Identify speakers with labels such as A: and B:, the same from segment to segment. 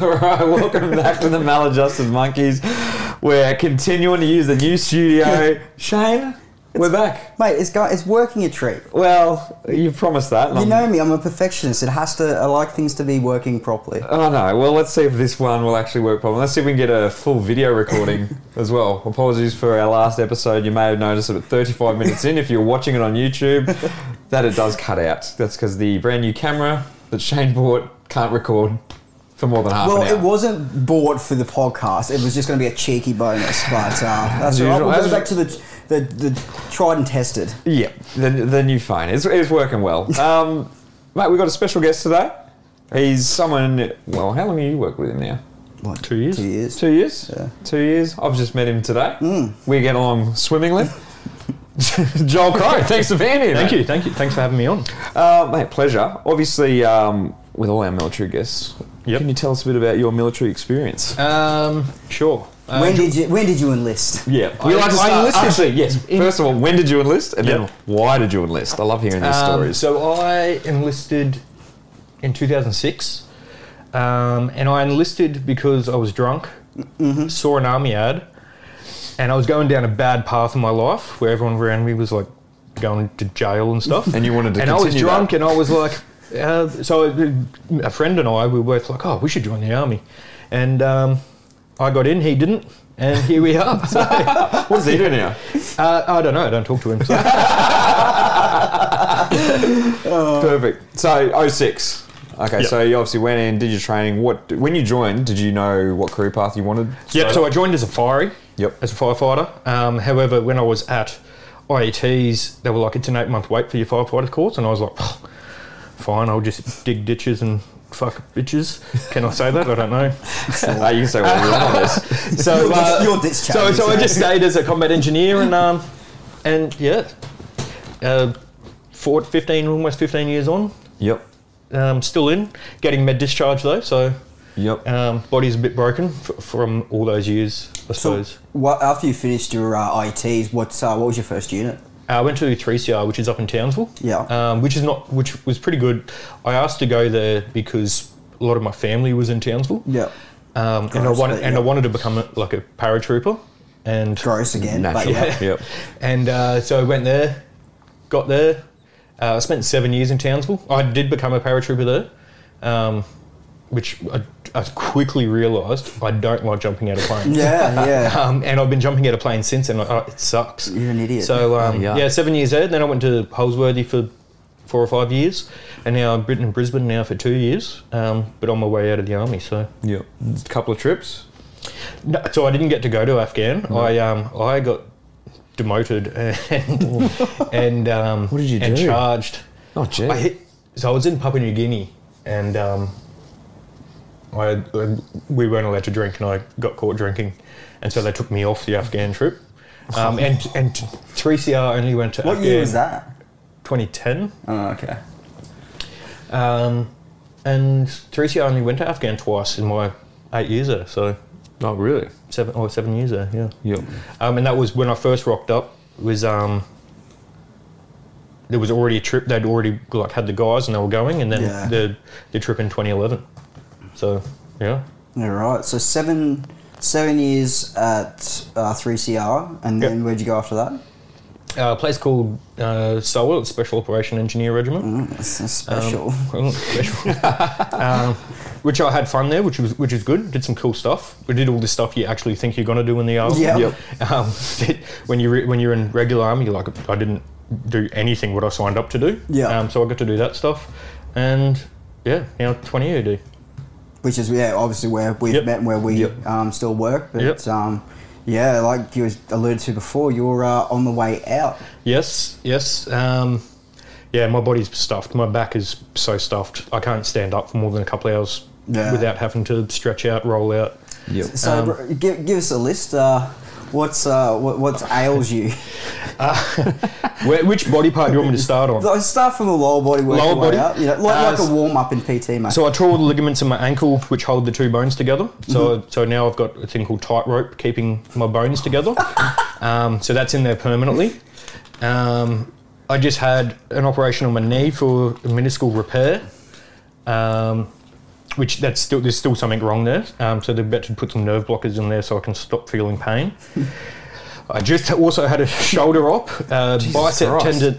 A: All right, welcome back to the Maladjusted Monkeys. We're continuing to use the new studio. Shane, we're back.
B: Mate, it's go- it's working a treat.
A: Well, you promised that. and
B: You
A: I'm-
B: know me, I'm a perfectionist. It has to. I like things to be working properly.
A: Oh no. Well, let's see if this one will actually work properly. Let's see if we can get a full video recording as well. Apologies for our last episode. You may have noticed that at 35 minutes in, if you're watching it on YouTube, that it does cut out. That's because the brand new camera that Shane bought can't record for more than half
B: Well,
A: an hour.
B: it wasn't bought for the podcast. It was just going to be a cheeky bonus, but uh, that's all right.
A: usual,
B: We'll
A: as
B: go back to the, the the tried and tested.
A: Yeah, the, the new phone. It's, it's working well. Um, mate, we've got a special guest today. He's someone. Well, how long have you worked with him now?
B: What?
C: Two years.
B: Two years.
A: Two years.
B: Yeah.
A: Two years. I've just met him today.
C: Mm.
A: We get along swimmingly. Joel Crow, thanks for being here.
C: Thank
A: mate.
C: you, thank you, thanks for having me on.
A: uh, mate. Pleasure. Obviously, um, with all our military guests,
C: Yep.
A: can you tell us a bit about your military experience?
C: Um, sure. Uh,
B: when did you When did you enlist?
A: Yeah,
C: I- I enlisted-
A: Actually, yes. First of all, when did you enlist, and then
C: Yep.
A: why did you enlist? I love hearing these
C: um,
A: stories.
C: So I enlisted in 2006, um, and I enlisted because I was drunk,
A: Mm-hmm.
C: saw an army ad, and I was going down a bad path in my life where everyone around me was like going to jail and stuff.
A: And you wanted to
C: And I was
A: continue that.
C: drunk, and I was like, uh, so a- a friend and I we were both like, oh, we should join the army, and um, I got in, he didn't, and here we are. So-
A: what does he do now?
C: Uh, I don't know. I don't talk to him. So.
A: Perfect. So 06. Okay,
C: Yep.
A: so you obviously went in, did your training. What when you joined, did you know what career path you wanted?
C: yep. So I joined as a fiery.
A: Yep.
C: As a firefighter. Um, however, when I was at IETs, they were like, it's an eight month wait for your firefighter course, and I was like, "Oh, fine, I'll just dig ditches and fuck bitches. Can I say that? I don't know.
A: Uh, you can say what you want on this.
C: So
B: You're
C: uh,
B: dis- you're discharged.
C: So, so I just stayed as a combat engineer, and um, and yeah, uh, for fifteen, almost fifteen years on.
A: Yep.
C: Um, still in, getting med discharge though, so
A: Yep.
C: Um, body's a bit broken f- from all those years, I suppose.
B: What after you finished your uh, ITs? What uh, What was your first unit?
C: Uh, I went to 3CR, which is up in Townsville.
B: Yeah.
C: Um, which is not, which was pretty good. I asked to go there because a lot of my family was in Townsville.
B: Yeah.
C: Um, and I
B: Gross,
C: wanted,
B: but
C: and I
B: yeah.
C: wanted to become a, like a paratrooper, and
B: Gross again. But
A: Natural.
B: yeah.
A: Yep.
C: and uh, so I went there, got there. Uh, I spent seven years in Townsville. I did become a paratrooper there, um, which I, I quickly realised I don't like jumping out of planes.
B: Yeah. Yeah.
C: Um, and I've been jumping out of planes since, and uh, it sucks.
B: You're an idiot.
C: So um,
A: Yeah.
C: yeah. seven years out. Then I went to Holsworthy for four or five years, and now I've been in Brisbane now for two years. Um, but on my way out of the army, so
A: Yep. A couple of trips.
C: no, so I didn't get to go to Afghan. I um, I got demoted and and um,
A: What did you
C: and
A: do?
C: charged.
A: Oh, gee.
C: I hit. So I was in Papua New Guinea, and um, I, I we weren't allowed to drink, and I got caught drinking, and so they took me off the Afghan trip. Um, and and 3CR only went to
B: What
C: Afghan
B: year was that?
C: 2010.
B: Oh, okay.
C: Um, and 3CR only went to Afghan twice in my eight years there, so
A: Oh, really?
C: seven or seven years there, yeah.
A: Yep.
C: Um, and that was when I first rocked up. Was um, there was already a trip they'd already like had the guys and they were going, and then
B: Yeah.
C: the the trip in 2011. So yeah,
B: All right. So seven seven years at uh, 3CR, and
C: Yep.
B: then where'd you go after that?
C: uh, a place called uh, SOA, it's Special Operation Engineer Regiment.
B: Mm, that's that's special.
C: Well, special. um, which I had fun there, which was which is good. Did some cool stuff. We did all this stuff you actually think you're gonna do in the army.
B: Yeah.
A: Yep.
C: Um, when you re- when you're in regular army, you're like I didn't do anything what I signed up to do.
B: Yeah.
C: Um, so I got to do that stuff, and yeah, now 20 AD.
B: which is yeah, obviously where we've
C: Yep.
B: met and where we
A: Yep.
B: um, still work. But
C: Yep.
B: um, yeah, like you alluded to before, you're uh, on the way out.
C: Yes, yes. Um, yeah, my body's stuffed. My back is so stuffed. I can't stand up for more than a couple of hours
B: Yeah.
C: without having to stretch out, roll out.
A: Yep.
B: So
C: Um,
B: br- give, give us a list. Uh, what's uh, what, what ails you?
C: Where, which body part do you want me to start on?
B: Like, Start from the lower body, work
C: Lower
B: your way
C: body?
B: out. You know, like,
C: Uh,
B: like a warm up in PT, mate.
C: So I tore all the ligaments in my ankle, which hold the two bones together. So so now I've got a thing called tightrope, keeping my bones together. um, so that's in there permanently. Um, I just had an operation on my knee for a meniscal repair, um, which that's still there's still something wrong there. Um, so they've better put some nerve blockers in there so I can stop feeling pain. I just also had a shoulder op, uh, bicep
A: Christ.
C: tendon,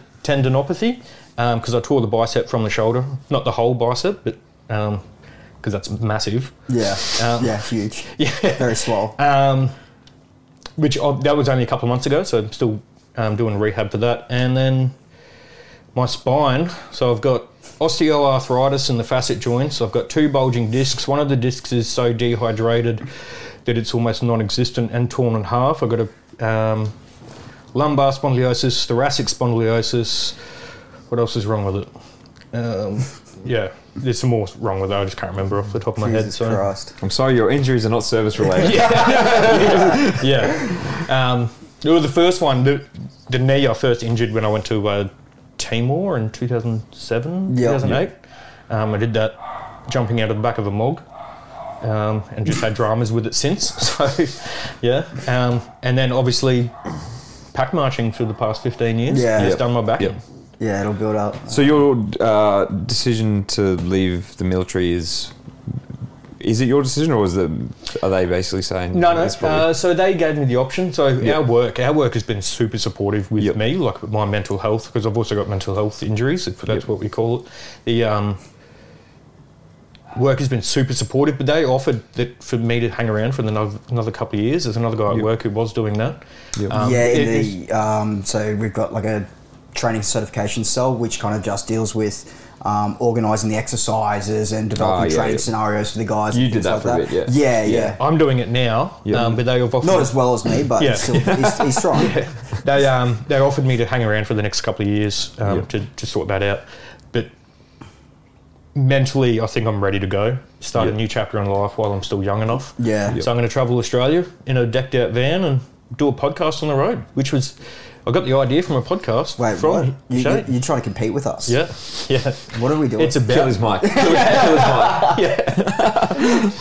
C: tendinopathy, because I tore the bicep from the shoulder, not the whole bicep, but because that's massive.
B: Yeah.
C: Um,
B: yeah, huge.
C: Yeah.
B: Very swole.
C: Um, which uh, that was only a couple of months ago, so I'm still um, doing rehab for that. And then my spine, so I've got osteoarthritis in the facet joints. I've got two bulging discs. One of the discs is so dehydrated that it's almost non-existent and torn in half. I've got a um, lumbar spondylosis, thoracic spondylosis. What else is wrong with it? Um, yeah, there's some more wrong with it. I just can't remember off the top of my head.
B: Jesus
C: So.
B: Christ.
A: I'm sorry, your injuries are not service related.
C: yeah. yeah. Um, it was the first one. The, the knee I first injured when I went to uh, Timor in 2007,
B: Yeah.
C: 2008. Um, I did that jumping out of the back of a mog. Um, and just had dramas with it since. So, yeah. Um, and then obviously, pack marching for the past 15 years.
B: Yeah.
C: It's
A: Yep.
C: done my back.
A: Yep.
B: Yeah, it'll build up.
A: So your uh, decision to leave the military is. Is it your decision, or is it, are they basically saying
C: No, no.
A: "It's probably-"
C: Uh, so they gave me the option. So
A: Yeah.
C: our work, our work has been super supportive with
A: Yep.
C: me, like with my mental health, because I've also got mental health injuries, if that's
A: Yep.
C: what we call it. The um, work has been super supportive, but they offered that for me to hang around for another, another couple of years. There's another guy at
A: Yep.
C: work who was doing that.
A: Yep.
B: yeah,
C: Um, it is-
B: in the, um, so we've got like a training certification cell, which kind of just deals with um, organising the exercises and
C: Ah,
B: developing
A: yeah,
B: training
A: yeah.
B: scenarios for the guys.
A: You
B: and
A: did
B: things
A: that
B: like
A: for a
B: that.
A: bit,
B: yeah. Yeah,
C: I'm doing it now,
A: Yep.
C: um, but they have offered
B: Not as well as me, but
C: Yeah.
B: he's still, he's, he's strong.
C: they um, they offered me to hang around for the next couple of years um,
A: Yeah.
C: to, to sort that out, but mentally, I think I'm ready to go. Start
A: Yeah.
C: a new chapter in life while I'm still young enough.
B: Yeah.
C: So I'm going to travel Australia in a decked out van and do a podcast on the road, which was I got the idea from a podcast
B: Wait, what?
C: from
B: You, you,
C: Shane.
B: you're trying to compete with us?
C: yeah, yeah.
B: What are we doing?
C: It's about
A: kill his mic. Kill his- kill his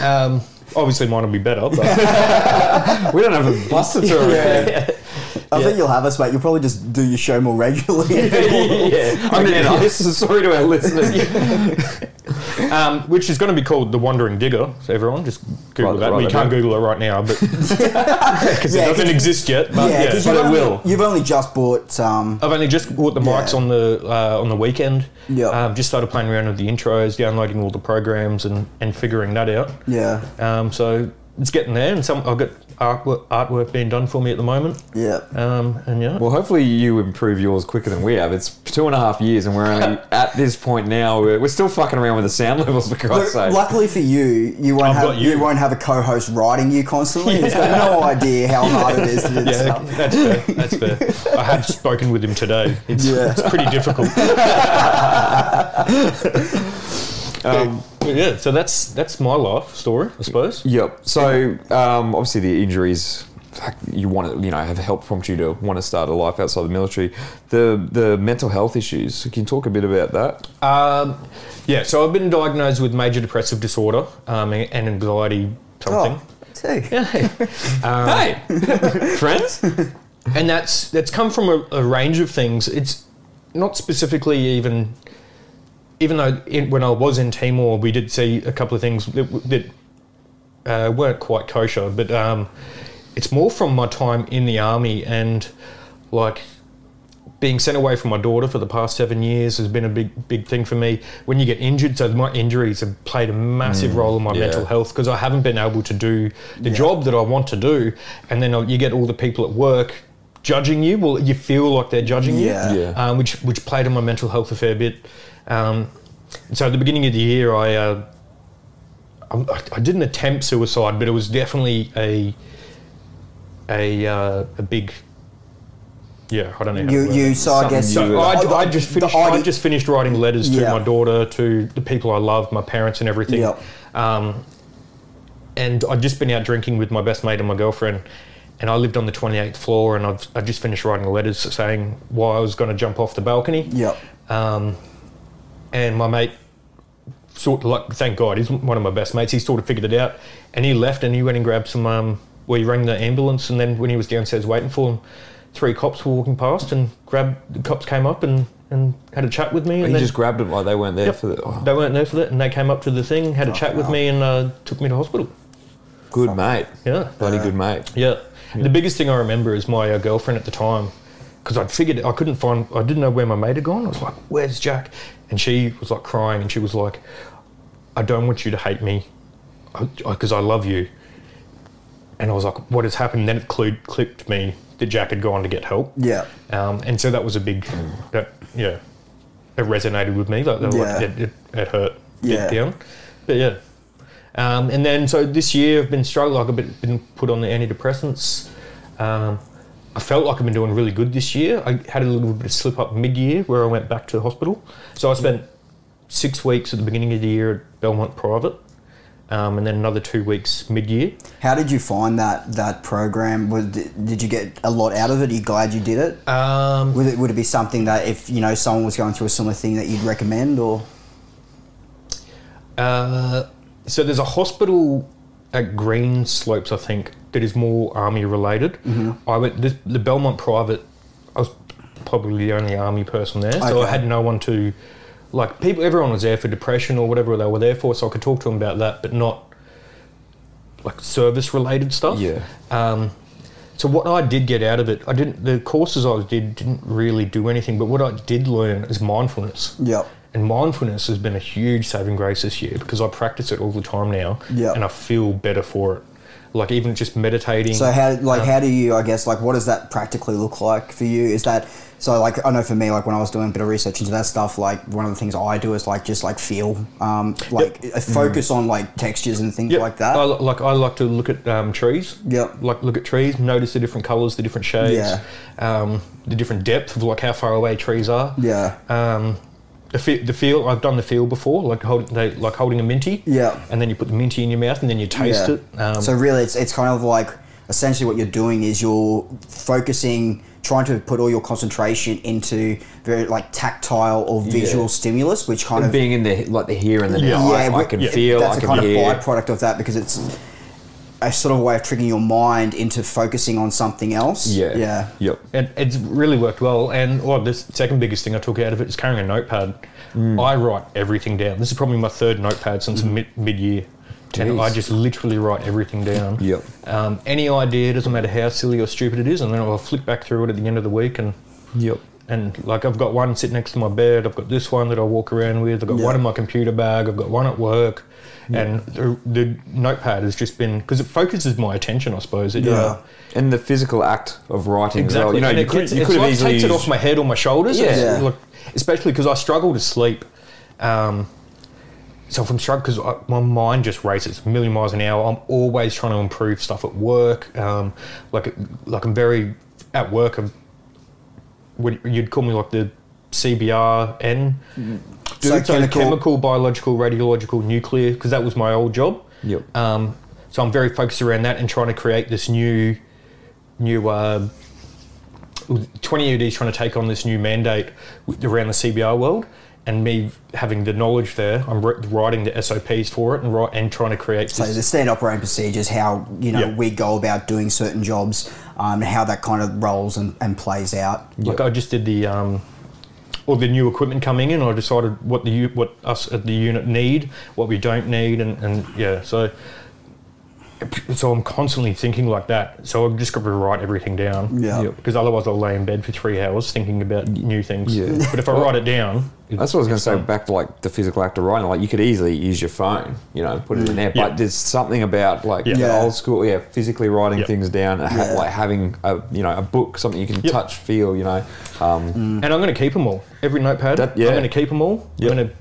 C: um, obviously mine will be better, but
A: mic. We don't have a buster tour.
B: Yeah. I
C: yeah.
B: think you'll have us, mate. You'll probably just do your show more regularly.
C: yeah.
A: I'm getting this. Sorry to our listeners.
C: um, which is going to be called The Wandering Digger. So everyone just Google
A: Right,
C: that.
A: right,
C: Well, you
A: right,
C: can't
A: right.
C: Google it right now, but because
B: Yeah,
C: it doesn't
B: 'cause-
C: exist yet. But yeah,
B: yeah, 'cause
C: but
B: you've
C: it
B: only-
C: will.
B: You've only just bought. Um,
C: I've only just bought the mics
B: Yeah.
C: on the uh, on the weekend.
B: Yeah.
C: Um, just started playing around with the intros, downloading all the programs, and, and figuring that out.
B: yeah,
C: Um, so it's getting there, and some I've got artwork, artwork being done for me at the moment.
B: yeah.
C: Um, and yeah,
A: Well, hopefully you improve yours quicker than we have. It's two and a half years, and we're only at this point now. We're, we're still fucking around with the sound levels for Christ's
B: But
A: sake.
B: luckily for you, you won't
C: I've
B: have
C: got
B: you.
C: you.
B: won't have a co-host writing you constantly. He's got no idea how hard it is to do this
C: yeah,
B: stuff.
C: that's fair. That's fair. I have spoken with him today. It's,
B: Yeah.
C: it's pretty difficult.
A: Um,
C: But yeah, so that's that's my life story, I suppose.
A: Yep. So um, obviously the injuries fuck, you want to you know have helped prompt you to want to start a life outside the military. The the mental health issues. Can you talk a bit about that?
C: Um, yeah, so I've been diagnosed with major depressive disorder um, and and anxiety something.
B: Oh, too.
A: hey, Um, friends.
C: and that's that's come from a, a range of things. It's not specifically even, even though in, when I was in Timor, we did see a couple of things that, w- that uh, weren't quite kosher. But um, it's more from my time in the army and like being sent away from my daughter for the past seven years has been a big big thing for me. When you get injured, so my injuries have played a massive role in my
A: yeah.
C: mental health because I haven't been able to do the job that I want to do, and then uh, you get all the people at work judging you. Well, you feel like they're judging
B: Yeah.
C: you,
A: Yeah.
C: Um, which which played on my mental health a fair bit. Um, so at the beginning of the year, I. Uh, I'm- I I didn't attempt suicide, but it was definitely a a uh, a big yeah. I don't know. how to
B: You,
C: word
B: you.
C: it.
B: So I
A: Something
B: guess.
A: you-
C: So I, I just
B: the
C: finished.
B: idea-
C: I just finished writing letters to
B: Yeah.
C: my daughter, to the people I love, my parents, and everything.
B: Yep.
C: Um, and I'd just been out drinking with my best mate and my girlfriend, and I lived on the twenty eighth floor, and I've I just finished writing letters saying why I was going to jump off the balcony.
B: Yep.
C: Um, and my mate, sort of like, thank God, he's one of my best mates. He sort of figured it out, and he left, and he went and grabbed some. Um, well, he rang the ambulance, and then when he was downstairs waiting for him, three cops were walking past, and grabbed the cops came up and and had a chat with me.
A: He
C: and then-
A: just grabbed them like they weren't there
C: Yep.
A: for the. Oh,
C: They weren't there for that, and they came up to the thing, had a chat with
B: hell.
C: me, and uh, took me to hospital.
A: good mate.
C: Yeah.
A: Bloody good mate.
C: Yeah. The biggest thing I remember is my uh, girlfriend at the time, because I'd figured I couldn't find, I didn't know where my mate had gone. I was like, "Where's Jack?" And she was like crying, and she was like, "I don't want you to hate me, because I, love you." And I was like, "What has happened?" then it clued, clicked me that Jack had gone to get help,
B: Yeah.
C: um, and so that was a big, that yeah, it resonated with me. Like, that- like,
B: Yeah.
C: it, it, it hurt
B: Yeah.
C: deep down, but yeah. Um, and then, so this year I've been struggling. Like I've been, been put on the antidepressants. Um, I felt like I've been doing really good this year. I had a little bit of slip up mid year where I went back to the hospital. So I spent six weeks at the beginning of the year at Belmont Private, um, and then another two weeks mid year.
B: How did you find that that program? Was, did you get a lot out of it? Are you glad you did it?
C: Um,
B: Would it would it be something that if you know someone was going through a similar thing that you'd recommend or
C: Uh, so there's a hospital at Green Slopes, I think, that is more army related. I went this, the Belmont Private. I was probably the only army person there, so I
B: Okay.
C: had no one to like. People, everyone was there for depression or whatever they were there for, so I could talk to them about that, but not like service related stuff. Um,
A: Yeah.
C: So what I did get out of it, I didn't. The courses I did didn't really do anything, but what I did learn is mindfulness.
B: Yep.
C: And mindfulness has been a huge saving grace this year because I practice it all the time now,
B: Yeah.
C: and I feel better for it. Like even just meditating.
B: So how like how do you I guess like what does that practically look like for you? Is that so like I know for me like when I was doing a bit of research into that stuff like one of the things I do is like just like feel um like a focus on like textures and things
C: Yeah,
B: like that.
C: Mm. I, li- like I like to look at um, trees.
B: Yep.
C: Like look at trees, notice the different colours, the different shades,
B: Yeah.
C: um, the different depth of like how far away trees are.
B: yeah.
C: Um, the, fe- the feel I've done the feel before, like hold, they, like holding a minty.
B: Yeah.
C: And then you put the minty in your mouth, and then you taste
B: Yeah.
C: it. Um,
B: so really, it's it's kind of like essentially what you're doing is you're focusing, trying to put all your concentration into very like tactile or visual stimulus, which kind of
A: Being in the like the here and the now, I- I,
B: we-
A: can feel,
B: That's
A: I
B: a
A: can
B: kind
A: hear.
B: of byproduct of that because it's a sort of way of tricking your mind into focusing on something else.
A: yeah,
B: yeah,
A: yep.
C: It, it's really worked well. And oh, the second biggest thing I took out of it is carrying a notepad. I write everything down. This is probably my third notepad since mid, mid-year. And
A: Jeez.
C: I just literally write everything down.
A: Yep.
C: Um, any idea, doesn't matter how silly or stupid it is, and then I'll flick back through it at the end of the week. And,
A: Yep.
C: and like, I've got one sitting next to my bed. I've got this one that I walk around with. I've got
B: Yeah.
C: one in my computer bag. I've got one at work. And the, the notepad has just been, because it focuses my attention, I suppose. It, uh,
B: Yeah.
A: And the physical act of writing as well.
C: Exactly.
A: You know,
C: and
A: you
C: it
A: could,
C: gets-
A: you
C: it's
A: could have
C: like
A: easily
C: takes it
A: used-
C: off my head or my shoulders. It's-
A: Yeah.
C: Look, especially because I struggle to sleep. Um, so if I'm struggling because my mind just races a million miles an hour. I'm always trying to improve stuff at work. Um, like like I'm very at work. I'm, would- you'd call me like the CBRN,
A: Mm-hmm.
C: dude, so
B: chemical-
C: chemical, biological, radiological, nuclear, because that was my old job.
A: Yep.
C: Um, so I'm very focused around that and trying to create this new, new. Uh, 20 UD's trying to take on this new mandate with, around the CBR world, and me having the knowledge there, I'm wri- writing the SOPs for it and write, and trying to create
B: So
C: this.
B: the standard operating procedures, how you know
C: Yeah.
B: we go about doing certain jobs, um, how that kind of rolls and, and plays out.
C: Like I just did the. Um, all the new equipment coming in, I decided what the u- what us at the unit need, what we don't need, and, and yeah, so so I'm constantly thinking like that. So I've just got to write everything down.
B: Yeah. Yep.
C: Because otherwise I'll lay in bed for three hours thinking about new things.
A: Yeah.
C: But if I write it down, it-
A: That's what I was going to
C: it's
A: say.
C: done.
A: Back to like the physical act of writing, like you could easily use your phone, you know, and put it in there. But
C: Yeah.
A: there's something about like
C: Yeah.
A: the
B: Yeah.
A: old school, yeah, physically writing
C: Yeah.
A: things down, and ha-
B: Yeah.
A: like having a you know a book, something you can
C: Yep.
A: touch, feel, you know. Um,
C: And I'm going to keep them all. Every notepad,
A: That- yeah.
C: I'm going to keep them all.
A: Yep.
C: I'm going to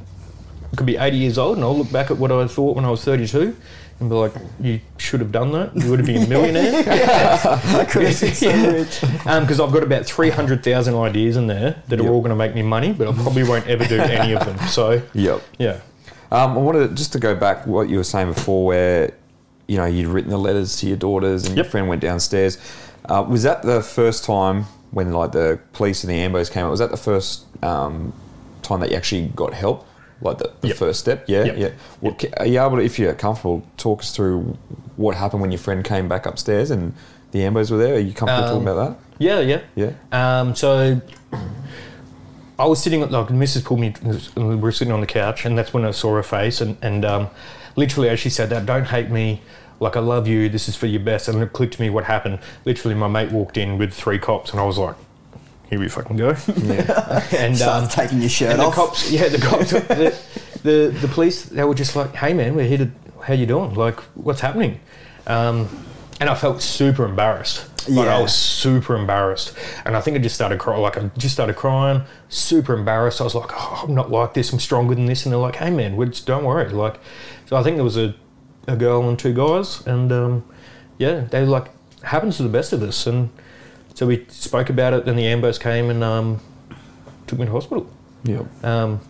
C: could be 80 years old, and I'll look back at what I thought when I was 32, and be like, "You should have done that. You would have been a millionaire."
B: I could have said so rich.
C: Because I've got about 300,000 ideas in there that are all going to make me money, but I probably won't ever do any of them. So,
A: Yep.
C: yeah,
A: Um, I wanted to- just to go back what you were saying before, where you know you'd written the letters to your daughters, and your
C: Yep.
A: friend went downstairs. Uh, was that the first time when like the police and the ambos came? out? Was that the first um, time that you actually got help? Like the, the
C: Yep.
A: first step, yeah,
C: Yep.
A: yeah. Well, ca- are you able to, if you're comfortable, talk us through what happened when your friend came back upstairs and the ambos were there? Are you comfortable
C: Um,
A: talking about
C: yeah, yeah.
A: that? Yeah.
C: Um, so I I was sitting like Mrs. pulled me. We were sitting on the couch, and that's when I saw her face. And and um, literally, as she said that, "Don't hate me." Like I love you. This is for your best. And it clicked to me what happened. Literally, my mate walked in with three cops, and I was like, "Here we fucking go." and
B: Start
C: um,
B: taking your shirt
C: and
B: off.
C: the cops, yeah, the cops, the, the the police, they were just like, "Hey, man, we're here to. How you doing? Like, what's happening?" Um, and I felt super embarrassed. Like,
B: Yeah.
C: I was super embarrassed, and I think I just started crying. Like, I just started crying, super embarrassed. I was like, oh, "I'm not like this. I'm stronger than this." And they're like, "Hey, man, we're just, don't worry." Like, so I think there was a a girl and two guys, and um, yeah, they like happens to the best of us. And so we spoke about it. Then the ambos came and um, took me to hospital.
A: Yep.
C: Um,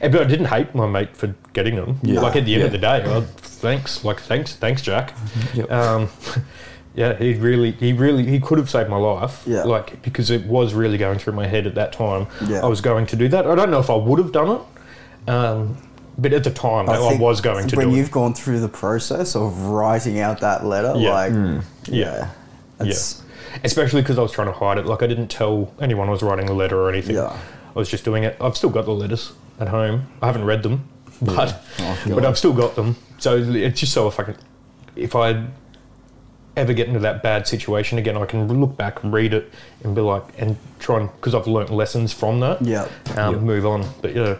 C: and- but I didn't hate my mate for getting them.
A: Yeah.
C: Like at the end of
A: Yeah.
C: the day, well, thanks, like thanks, thanks, Jack.
A: Yep.
C: Um, yeah, he really, he really, he could have saved my life.
B: Yeah.
C: Like because it was really going through my head at that time.
B: Yeah.
C: I was going to do that. I don't know if I would have done it, um, but at the time, I, I
B: think
C: was going to
B: When
C: do
B: you've
C: it.
B: gone through the process of writing out that letter,
C: Yeah. Mm.
B: like,
C: Yeah.
B: that's,
C: Especially because I was trying to hide it. Like I didn't tell anyone I was writing the letter or anything.
B: Yeah.
C: I was just doing it. I've still got the letters at home. I haven't read them, but
B: Oh,
C: but I've still got them. So it's just so if I can, if I ever get into that bad situation again, I can look back, read it, and be like, and try and because I've learnt lessons from that.
B: yeah.
C: Um,
A: Yeah.
C: Move on. But yeah.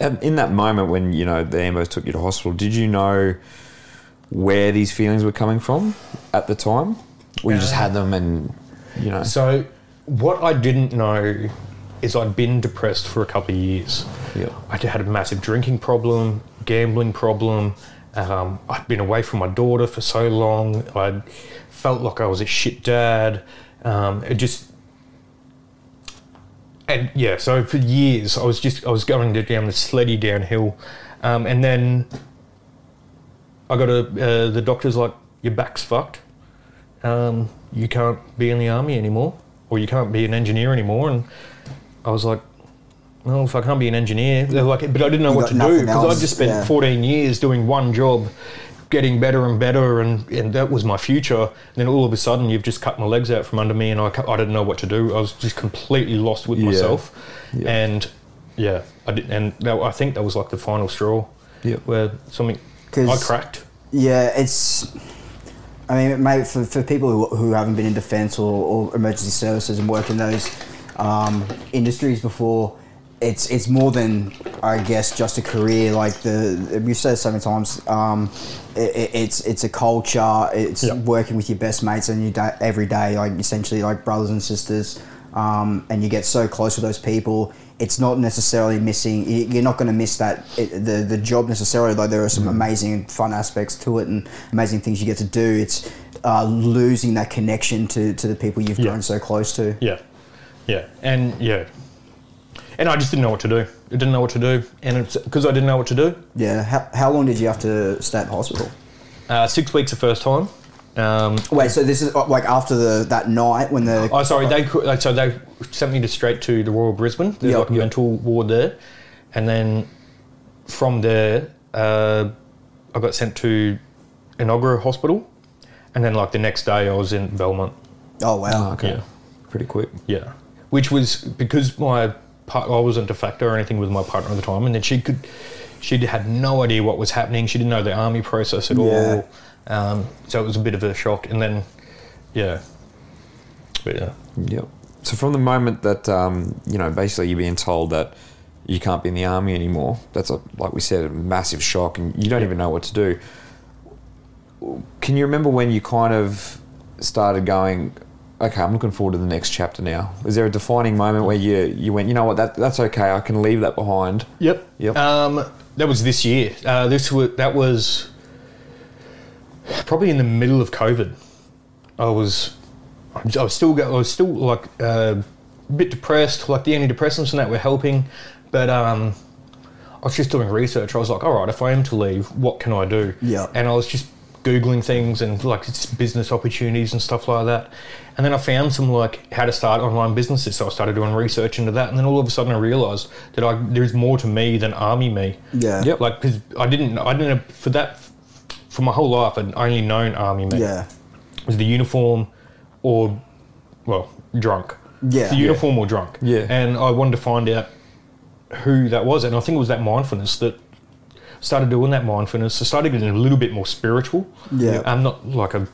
A: Um, in that moment when you know the ambos took you to hospital, did you know where these feelings were coming from at the time, or you just had them and you know?
C: So what I didn't know is I'd been depressed for a couple of years.
A: Yep.
C: I had a massive drinking problem, gambling problem. Um, I'd been away from my daughter for so long. I felt like I was a shit dad. Um, it just and yeah, so for years I was just I was going down the sleddy downhill, um, and then I got a uh, the doctor's like your back's fucked. Um, you can't be in the army anymore, or you can't be an engineer anymore. And I was like, well, if I can't be an engineer, they're like, but I didn't know
B: You
C: what
B: got
C: to do
B: nothing
C: because
B: else,
C: I just spent
B: yeah.
C: 14 years doing one job, getting better and better, and, and that was my future. And then all of a sudden, you've just cut my legs out from under me, and I, ca- I didn't know what to do. I was just completely lost with
A: Yeah.
C: myself,
A: Yeah.
C: and yeah, I didn't. And that, I think that was like the final straw,
A: Yeah.
C: where something
B: 'Cause-
C: I cracked.
B: Yeah, it's. I mean, it may for, for people who, who haven't been in defence or, or emergency services and work in those um, industries before, it's it's more than I guess just a career. Like the we've said it so many times, um, it, it- it's it's a culture. It's
C: Yeah.
B: working with your best mates and you da- every day, like essentially like brothers and sisters. Um, and you get so close with those people. It's not necessarily missing. you- You're not going to miss that it, the the job necessarily. Though there are some amazing and fun aspects to it, and amazing things you get to do. It's uh, losing that connection to, to the people you've
C: Yeah.
B: grown so close to.
C: Yeah, yeah, and yeah, and I just didn't know what to do. I didn't know what to do, and it's because I didn't know what to do.
B: Yeah. How, how long did you have to stay at the hospital?
C: Uh, six weeks the first time. Um,
B: Wait. So this is uh, like after the that night when the
C: Oh, sorry. They cou- like, so they sent me to straight to the Royal Brisbane. There's
B: Yep.
C: like a
B: Yep.
C: mental ward there, and then from there, uh, I got sent to Inaugural Hospital, and then like the next day, I was in Belmont.
B: oh wow.
A: okay,
C: Yeah.
A: pretty quick.
C: Yeah, which was because my part, I wasn't de facto or anything with my partner at the time, and then she could, she had no idea what was happening. She didn't know the army process at
B: Yeah.
C: all, um, so it was a bit of a shock. And then, yeah, but yeah,
A: Yep. So from the moment that um, you know, basically you're being told that you can't be in the army anymore, that's a like we said, a massive shock, and you don't even know what to do. Can you remember when you kind of started going? Okay, I'm looking forward to the next chapter now. Was there a defining moment where you you went, you know what, that that's okay, I can leave that behind.
C: yep,
A: Yep.
C: Um, that was this year. Uh, this was that was probably in the middle of COVID. I was, I was still, go- I was still like uh, a bit depressed. Like the antidepressants and that were helping, but um, I was just doing research. I was like, all right, if I am to leave, what can I do?
B: Yeah.
C: And I was just googling things and like just business opportunities and stuff like that. And then I found some like how to start online businesses. So I started doing research into that. And then all of a sudden I realized that I there's more to me than army me.
B: Yeah.
A: Yep.
C: Like because I didn't I didn't for that for my whole life I'd only known army me
B: Yeah.
C: was the uniform or well drunk
B: Yeah.
C: the uniform or drunk.
A: Yeah.
C: And I wanted to find out who that was. And I think it was that mindfulness that started doing that mindfulness. I started getting a little bit more spiritual.
B: Yeah.
C: I'm not like a.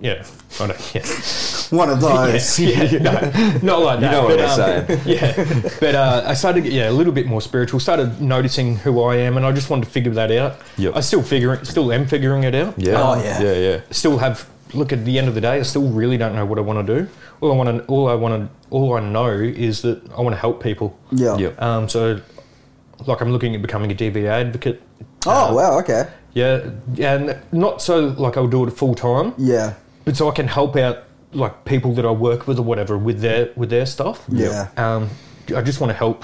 C: Yeah. I don't. Yeah.
B: One of those.
C: Yeah, yeah, no, not like that.
A: know what
C: but, um,
A: I'm saying.
C: Yeah, but uh, I started to get, yeah a little bit more spiritual. Started noticing who I am, and I just wanted to figure that out.
A: Yep.
C: I still figuring, still am figuring it out.
A: Yeah.
B: Oh, yeah.
A: Yeah, yeah.
C: Still have look at the end of the day. I still really don't know what I want to do. All I want to, all I want to, all I know is that I want to help people.
B: Yeah.
A: Yeah.
C: Um, so, like, I'm looking at becoming a DV advocate.
B: Oh wow. Okay.
C: Yeah, and not so like I'll do it full time
B: Yeah.
C: but so I can help out like people that I work with or whatever with their with their stuff.
B: Yeah.
C: Um, I just want to help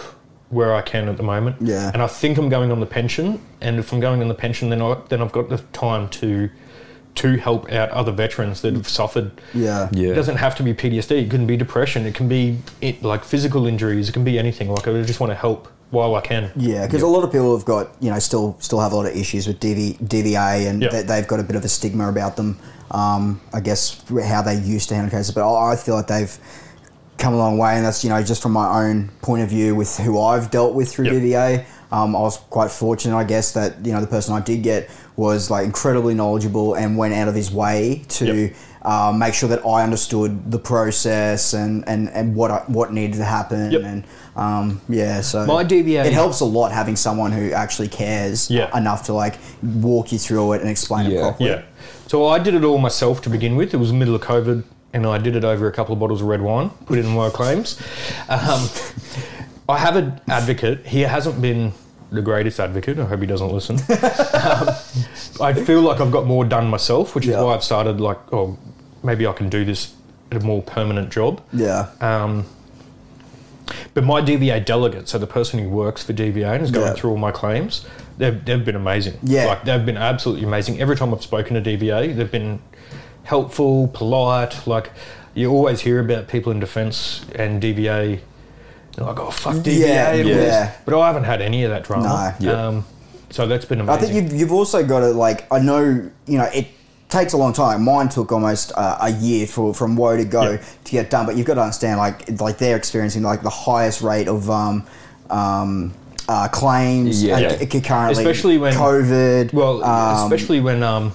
C: where I can at the moment.
B: Yeah.
C: And I think I'm going on the pension, and if I'm going on the pension, then I then I've got the time to to help out other veterans that have suffered.
B: Yeah.
A: Yeah.
C: It doesn't have to be PTSD. It can be depression. It can be it, like physical injuries. It can be anything. Like I just want to help while I can.
B: Yeah, because a lot of people have got you know still still have a lot of issues with DV, DVA, and
C: Yeah.
B: they, they've got a bit of a stigma about them. Um, I guess how they used to handle cases, but I I feel like they've come a long way, and that's you know just from my own point of view with who I've dealt with through
C: Yep.
B: DVA. Um, I was quite fortunate, I guess, that you know the person I did get was like incredibly knowledgeable and went out of his way to
C: Yep.
B: uh, make sure that I understood the process and and, and what I, what needed to happen
C: Yep.
B: and um, yeah. So
C: My DVA
B: it helps a lot having someone who actually cares
C: Yeah.
B: enough to like walk you through it and explain it
A: Yeah.
B: properly.
C: Yeah. So I did it all myself to begin with. It was the middle of COVID, and I did it over a couple of bottles of red wine, put it in my claims. Um, I have an advocate. He hasn't been the greatest advocate. I hope he doesn't listen. um, I feel like I've got more done myself, which is
B: Yeah.
C: why I've started like, oh, maybe I can do this at a more permanent job.
B: Yeah.
C: Um, but my DVA delegate, so the person who works for DVA and is going
B: Yeah.
C: through all my claims, they've, they've been amazing.
B: Yeah.
C: Like, they've been absolutely amazing. Every time I've spoken to DVA, they've been helpful, polite. Like, you always hear about people in defence and DVA, they're like, oh, fuck DVA.
B: Yeah,
C: and all
B: yeah.
C: this." But I haven't had any of that drama.
B: No.
A: Yeah.
C: Um, so that's been
B: I
C: amazing.
B: think you've, you've also got to like I know you know it takes a long time. Mine took almost uh, a year for from woe to go
C: Yeah.
B: to get done. But you've got to understand like like they're experiencing like the highest rate of um, um, uh, claims
A: Yeah.
B: uh,
A: Yeah.
B: c- c- currently,
C: Especially when-
B: COVID.
C: Well,
B: um,
C: especially when um,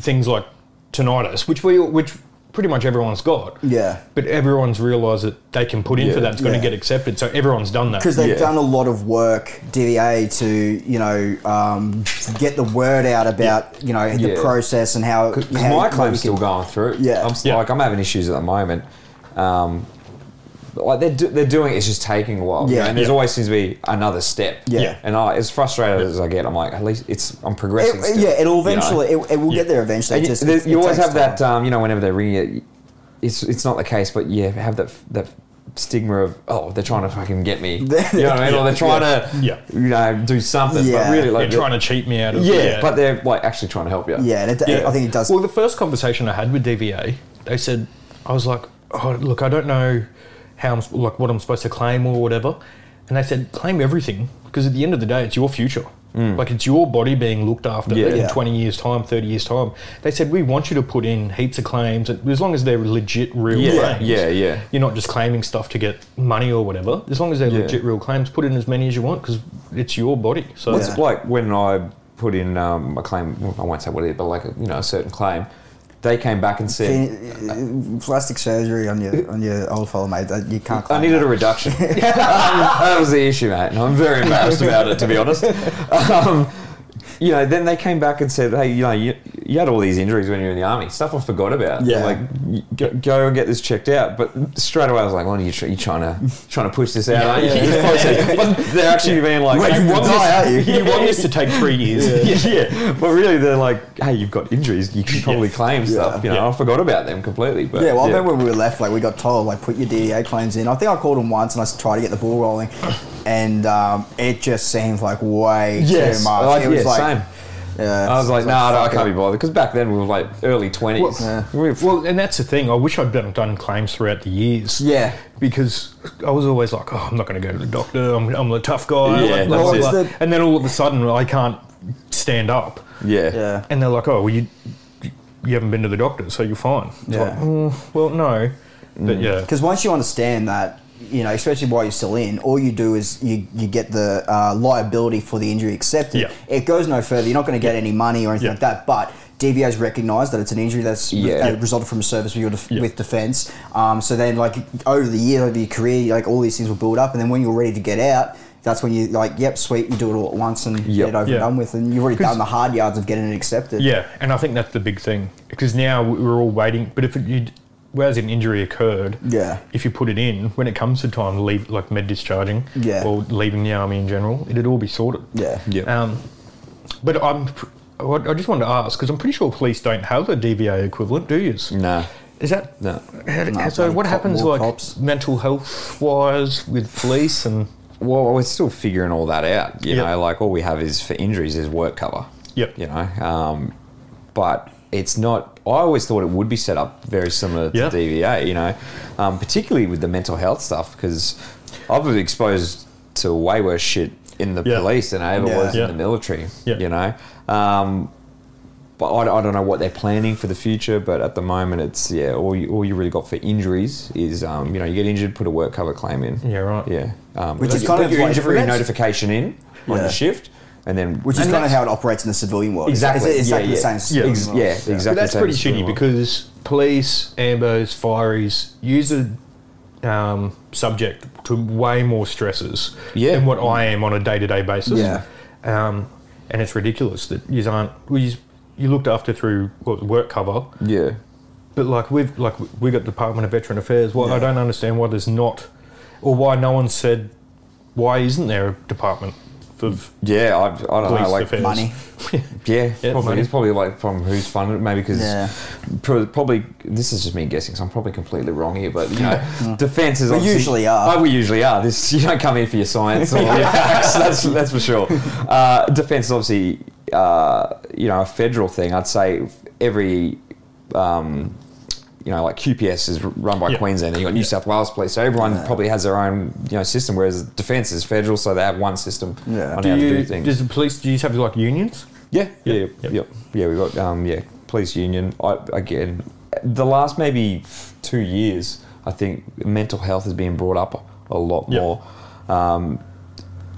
C: things like tinnitus, which we which pretty much everyone's got.
B: Yeah.
C: But everyone's realised that they can put in for
A: Yeah.
C: that. It's going
B: Yeah.
C: to get accepted. So everyone's done that.
B: because they've
A: Yeah.
B: done a lot of work DVA to you know um, get the word out about you know the
A: Yeah.
B: process and how,
A: Because my
B: how how we
A: claim's still
B: can-
A: going through.
B: Yeah.
A: I'm s-
C: Yeah.
A: like I'm having issues at the moment. Um, like they're do, they're doing it, it's just taking a while. you
B: Yeah.
A: know, and there's
C: Yeah.
A: always seems to be another step.
B: Yeah. Yeah.
A: And I, as frustrated as I get, I'm like, at least it's I'm progressing.
B: It,
A: still,
B: yeah, it'll
A: you know?
B: eventually it, it will get there eventually.
A: And
B: it
A: you,
B: just,
A: there-
B: it-
A: you
B: it
A: always
B: takes
A: have that,
B: time.
A: um, you know, whenever they're ringing it, it's it's not the case, but yeah, have that that stigma of oh, they're trying to fucking get me, you know what I mean, or they're trying to
C: Yeah.
A: you know do something,
B: Yeah.
A: but really
C: they're
A: like
C: trying to cheat me out of
A: yeah, but they're like actually trying to help you,
B: yeah, and it,
C: Yeah.
B: I think it does.
C: Well, the first conversation I had with DVA, they said, I was like, oh, look, I don't know how I'm, like what I'm supposed to claim or whatever. And they said, claim everything because at the end of the day, it's your future. Like it's your body being looked after
A: Mm. Yeah.
C: in
B: Yeah.
C: 20 years' time, 30 years' time. They said, we want you to put in heaps of claims as long as they're legit, real
A: yeah,
C: claims.
A: yeah, yeah.
C: You're not just claiming stuff to get money or whatever. As long as they're
A: Yeah.
C: legit, real claims, put in as many as you want because it's your body. So
B: What's-
A: It's like when I put in um, a claim. well, I won't say what it is, but like a, you know, a certain claim. They came back and said,
B: Pl- uh, Plastic surgery on your on your old fellow mate. That you can't.
A: "I
B: claim
A: needed
B: that.
A: a reduction." that was the issue, mate, and I'm very embarrassed about it, to be honest. Um, you know, then they came back and said, "Hey, you know, you, you had all these injuries when you were in the army. Stuff I forgot about.
B: Yeah.
A: like y- go, go and get this checked out." But straight away, I was like, "Well, you tr- you trying to trying to push this out? aren't you?"
C: Yeah.
A: This process. But they're actually being like,
B: Wait,
A: "Hey,
B: you
A: what
B: want
A: the-
B: die, aren't you?"
C: you want this to take three years.
A: yeah, but really they're like, hey, you've got injuries, you should probably claim stuff. You know,
C: Yeah.
A: I forgot about them completely. But
B: Yeah, well, I remember when we were left, like we got told, like put your DEA claims in. I think I called him once, and I s- tried to get the ball rolling, and um, it just seems like way
A: Yes,
B: too much.
A: I like-
B: it was
A: yeah,
B: like,
A: same.
B: Yeah,
A: I was like, nah, no, I
B: fuck
A: can't
B: it.
A: be bothered because back then we were like early twenties.
B: Well,
C: Well, and that's the thing. I wish I'd done, done claims throughout the years.
B: Yeah.
C: Because I was always like, oh, I'm not going to go to the doctor. I'm, I'm a tough guy.
A: Yeah,
C: blah, blah,
B: that's
C: blah,
B: it.
C: blah. And then all of a sudden, I can't stand up.
A: yeah,
B: Yeah.
C: And they're like, oh, well, you, you haven't been to the doctor, so you're fine. It's
B: Yeah.
C: like, "Mm, well, no. But yeah,
B: Because once you understand that, you know, especially while you're still in, all you do is you, you get the uh, liability for the injury accepted.
C: Yeah.
B: It goes no further. You're not going to get any money or anything
C: Yeah.
B: like that. But DVO's recognised that it's an injury that's
A: Yeah.
B: that resulted from a service with, your def-
C: Yeah.
B: with defence. Um, so then, like over the year, over your career, like all these things will build up, and then when you're ready to get out. That's when you like, yep, sweet, you do it all at once and
A: Yep.
B: get it over
C: Yeah.
B: and done with, and you've already
C: 'Cause-
B: done the hard yards of getting it accepted.
C: yeah, and I think that's the big thing because now we're all waiting. But if you, whereas an injury occurred,
B: Yeah.
C: if you put it in when it comes to time to leave, like med discharging,
B: Yeah.
C: or leaving the army in general, it'd all be sorted.
B: yeah,
A: Yeah.
C: Um, but I'm, pr- what- I just wanted to ask because I'm pretty sure police don't have a DVA equivalent, do you?
A: nah.
C: Is that
A: No.
C: How,
B: No,
C: so? What
B: bloody
C: happens
B: cop- war
C: like
B: cops.
C: mental health wise with police and
A: Well, we're still figuring all that out. You
C: Yep.
A: know, like all we have is for injuries is work cover.
C: Yep.
A: You know, um, but it's not. I always thought it would be set up very similar to
C: Yeah.
A: DVA. You know, um, particularly with the mental health stuff because I've been exposed to way worse shit in the
C: Yeah.
A: police than I ever
B: Yeah.
A: was
C: Yeah.
A: in the military.
C: Yeah.
A: You know. Um, but I, I don't know what they're planning for the future. But at the moment, it's yeah. All you, all you really got for injuries is um, you know you get injured, put a work cover claim in.
C: Yeah, right.
A: Yeah, um,
B: Which
A: you
B: is
A: put
B: kind of
A: your
B: like-
A: injury
B: that's-
A: notification in on
B: Yeah.
A: the shift, and then
B: which is
A: And
B: kind of
A: that's-
B: how it operates in the civilian world.
A: exactly
B: it's
A: yeah,
B: exactly
A: yeah.
B: the same. as the
A: Yeah,
B: civilian
A: ex-
B: world.
A: yeah, exactly.
C: But that's
A: the
C: pretty
A: same
C: shitty
A: as-
C: because police, ambos, fireys use a um, subject to way more stresses
A: Yeah.
C: than what I am on a day to day basis.
B: Yeah.
C: Um, and it's ridiculous that you aren't well, yous- you looked after through what, work cover,
A: yeah,
C: but like we've like we got Department of Veteran Affairs. Well, I don't understand why there's not, or why no one said why isn't there a department of
A: yeah. I, I don't
C: police
A: know, like
C: affairs?
B: money.
A: yeah,
C: Yeah,
A: probably
C: money.
A: it's probably like from who's funded, maybe because
B: Yeah.
A: probably this is just me guessing, so I'm probably completely wrong here. But you know, defense is
B: Mm. We
A: obviously-
B: usually are.
A: Oh, we usually are. This you don't come here for your science or your facts. That's that's for sure. Uh, defense is obviously uh, you know a federal thing. I'd say every. Um, you know, like QPS is run by
C: Yeah.
A: Queensland, and you got New South Wales police. So everyone
B: Yeah.
A: probably has their own, you know, system. Whereas defence is federal, so they have one system
B: Yeah.
A: on
C: Do
A: how to
C: you,
A: do things.
C: does the police do you have like unions?
A: Yeah, yeah,
C: Yep,
A: yeah,
C: yep.
A: yep. yeah. We got um, yeah, police union. I, again, the last maybe two years, I think mental health has been brought up a lot
C: Yep.
A: more. Um,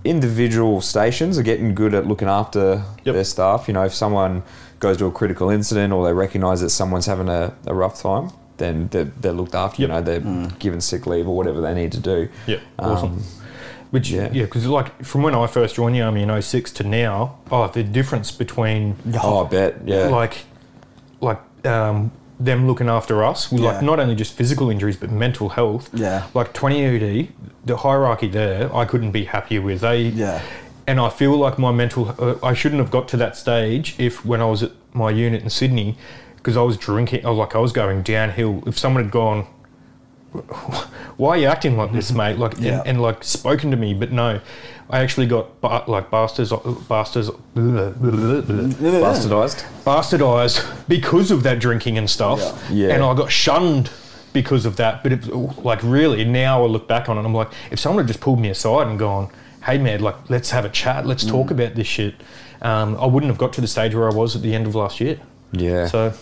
A: individual stations are getting good at looking after
C: Yep.
A: their staff. You know, if someone goes to a critical incident or they recognise that someone's having a, a rough time, then they're, they're looked after. You
C: Yep.
A: know, they're given sick leave or whatever they need to do.
C: Yeah,
A: Um,
C: awesome. Which
A: yeah.
C: yeah, because like from when I first joined the army in 06 to now, oh the difference between
A: Oh, I bet. Yeah.
C: like like um, them looking after us, we like
B: Yeah.
C: not only just physical injuries but mental health.
B: Yeah.
C: like 20 OD, the hierarchy there, I couldn't be happier with. They
B: Yeah.
C: and I feel like my mental, uh, I shouldn't have got to that stage if when I was at my unit in Sydney, because I was drinking, I was like I was going downhill. If someone had gone, why are you acting like this, mate? Like
B: Mm-hmm. Yeah.
C: and, and like spoken to me, but no, I actually got ba- like bastards, uh, bastards, uh,
A: bastardised.
C: bastardized because of that drinking and stuff.
A: Yeah. Yeah.
C: And I got shunned because of that. But it, like really now I look back on it and I'm like, if someone had just pulled me aside and gone, hey man, like let's have a chat, let's
A: Mm.
C: talk about this shit, um, I wouldn't have got to the stage where I was at the end of last year.
A: Yeah.
C: So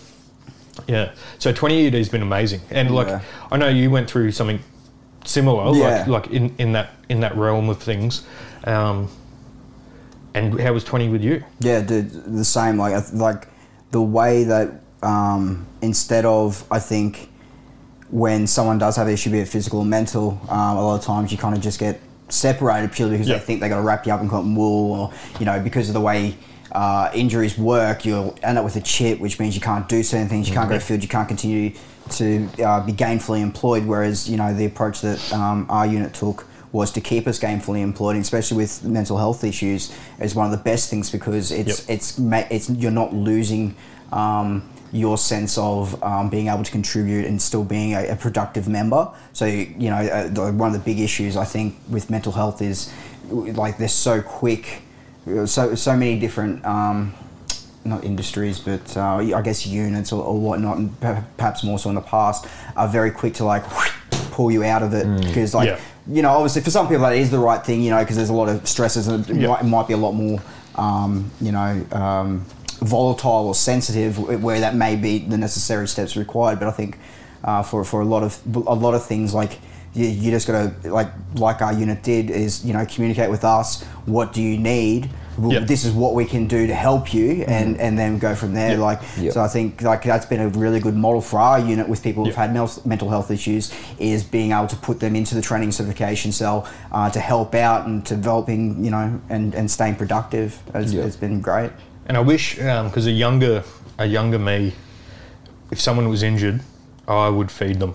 C: yeah. So 20 ED has been amazing. And like
B: Yeah.
C: I know you went through something similar,
B: Yeah.
C: like like in, in that in that realm of things. Um, and how was 20 with you?
B: Yeah, dude, the same. Like, I th- like the way that um, instead of I think when someone does have an issue, be it physical or mental, um, a lot of times you kind of just get separated purely because
C: Yeah.
B: they think they got to wrap you up in cotton wool, or you know, because of the way. Uh, injuries work, you'll end up with a chip, which means you can't do certain things, you can't go to field, you can't continue to uh, be gainfully employed. Whereas, you know, the approach that um, our unit took was to keep us gainfully employed, and especially with mental health issues, is one of the best things because it's
C: Yep.
B: it's ma- it's you're not losing um, your sense of um, being able to contribute and still being a, a productive member. So you know, uh, the, one of the big issues I think with mental health is like they're so quick, so so many different. Um, not industries, but uh, I guess units or, or whatnot, and per- perhaps more so in the past, are very quick to like pull you out of it because, like,
C: Yeah.
B: you know, obviously for some people that is the right thing, you know, because there's a lot of stresses and it
C: Yeah.
B: might, might be a lot more, um, you know, um, volatile or sensitive wh- where that may be the necessary steps required. But I think uh, for for a lot of a lot of things like. You, you just gotta like like our unit did is you know communicate with us. What do you need? Well,
C: Yep.
B: This is what we can do to help you,
C: Mm-hmm.
B: and and then go from there.
C: Yep.
B: Like
A: Yep.
B: so, I think like that's been a really good model for our unit with people who've
C: Yep.
B: had mel- mental health issues is being able to put them into the training certification cell uh, to help out and developing you know and and staying productive. It's,
A: Yep.
B: it's been great.
C: And I wish, because a younger, a younger me, if someone was injured, I would feed them.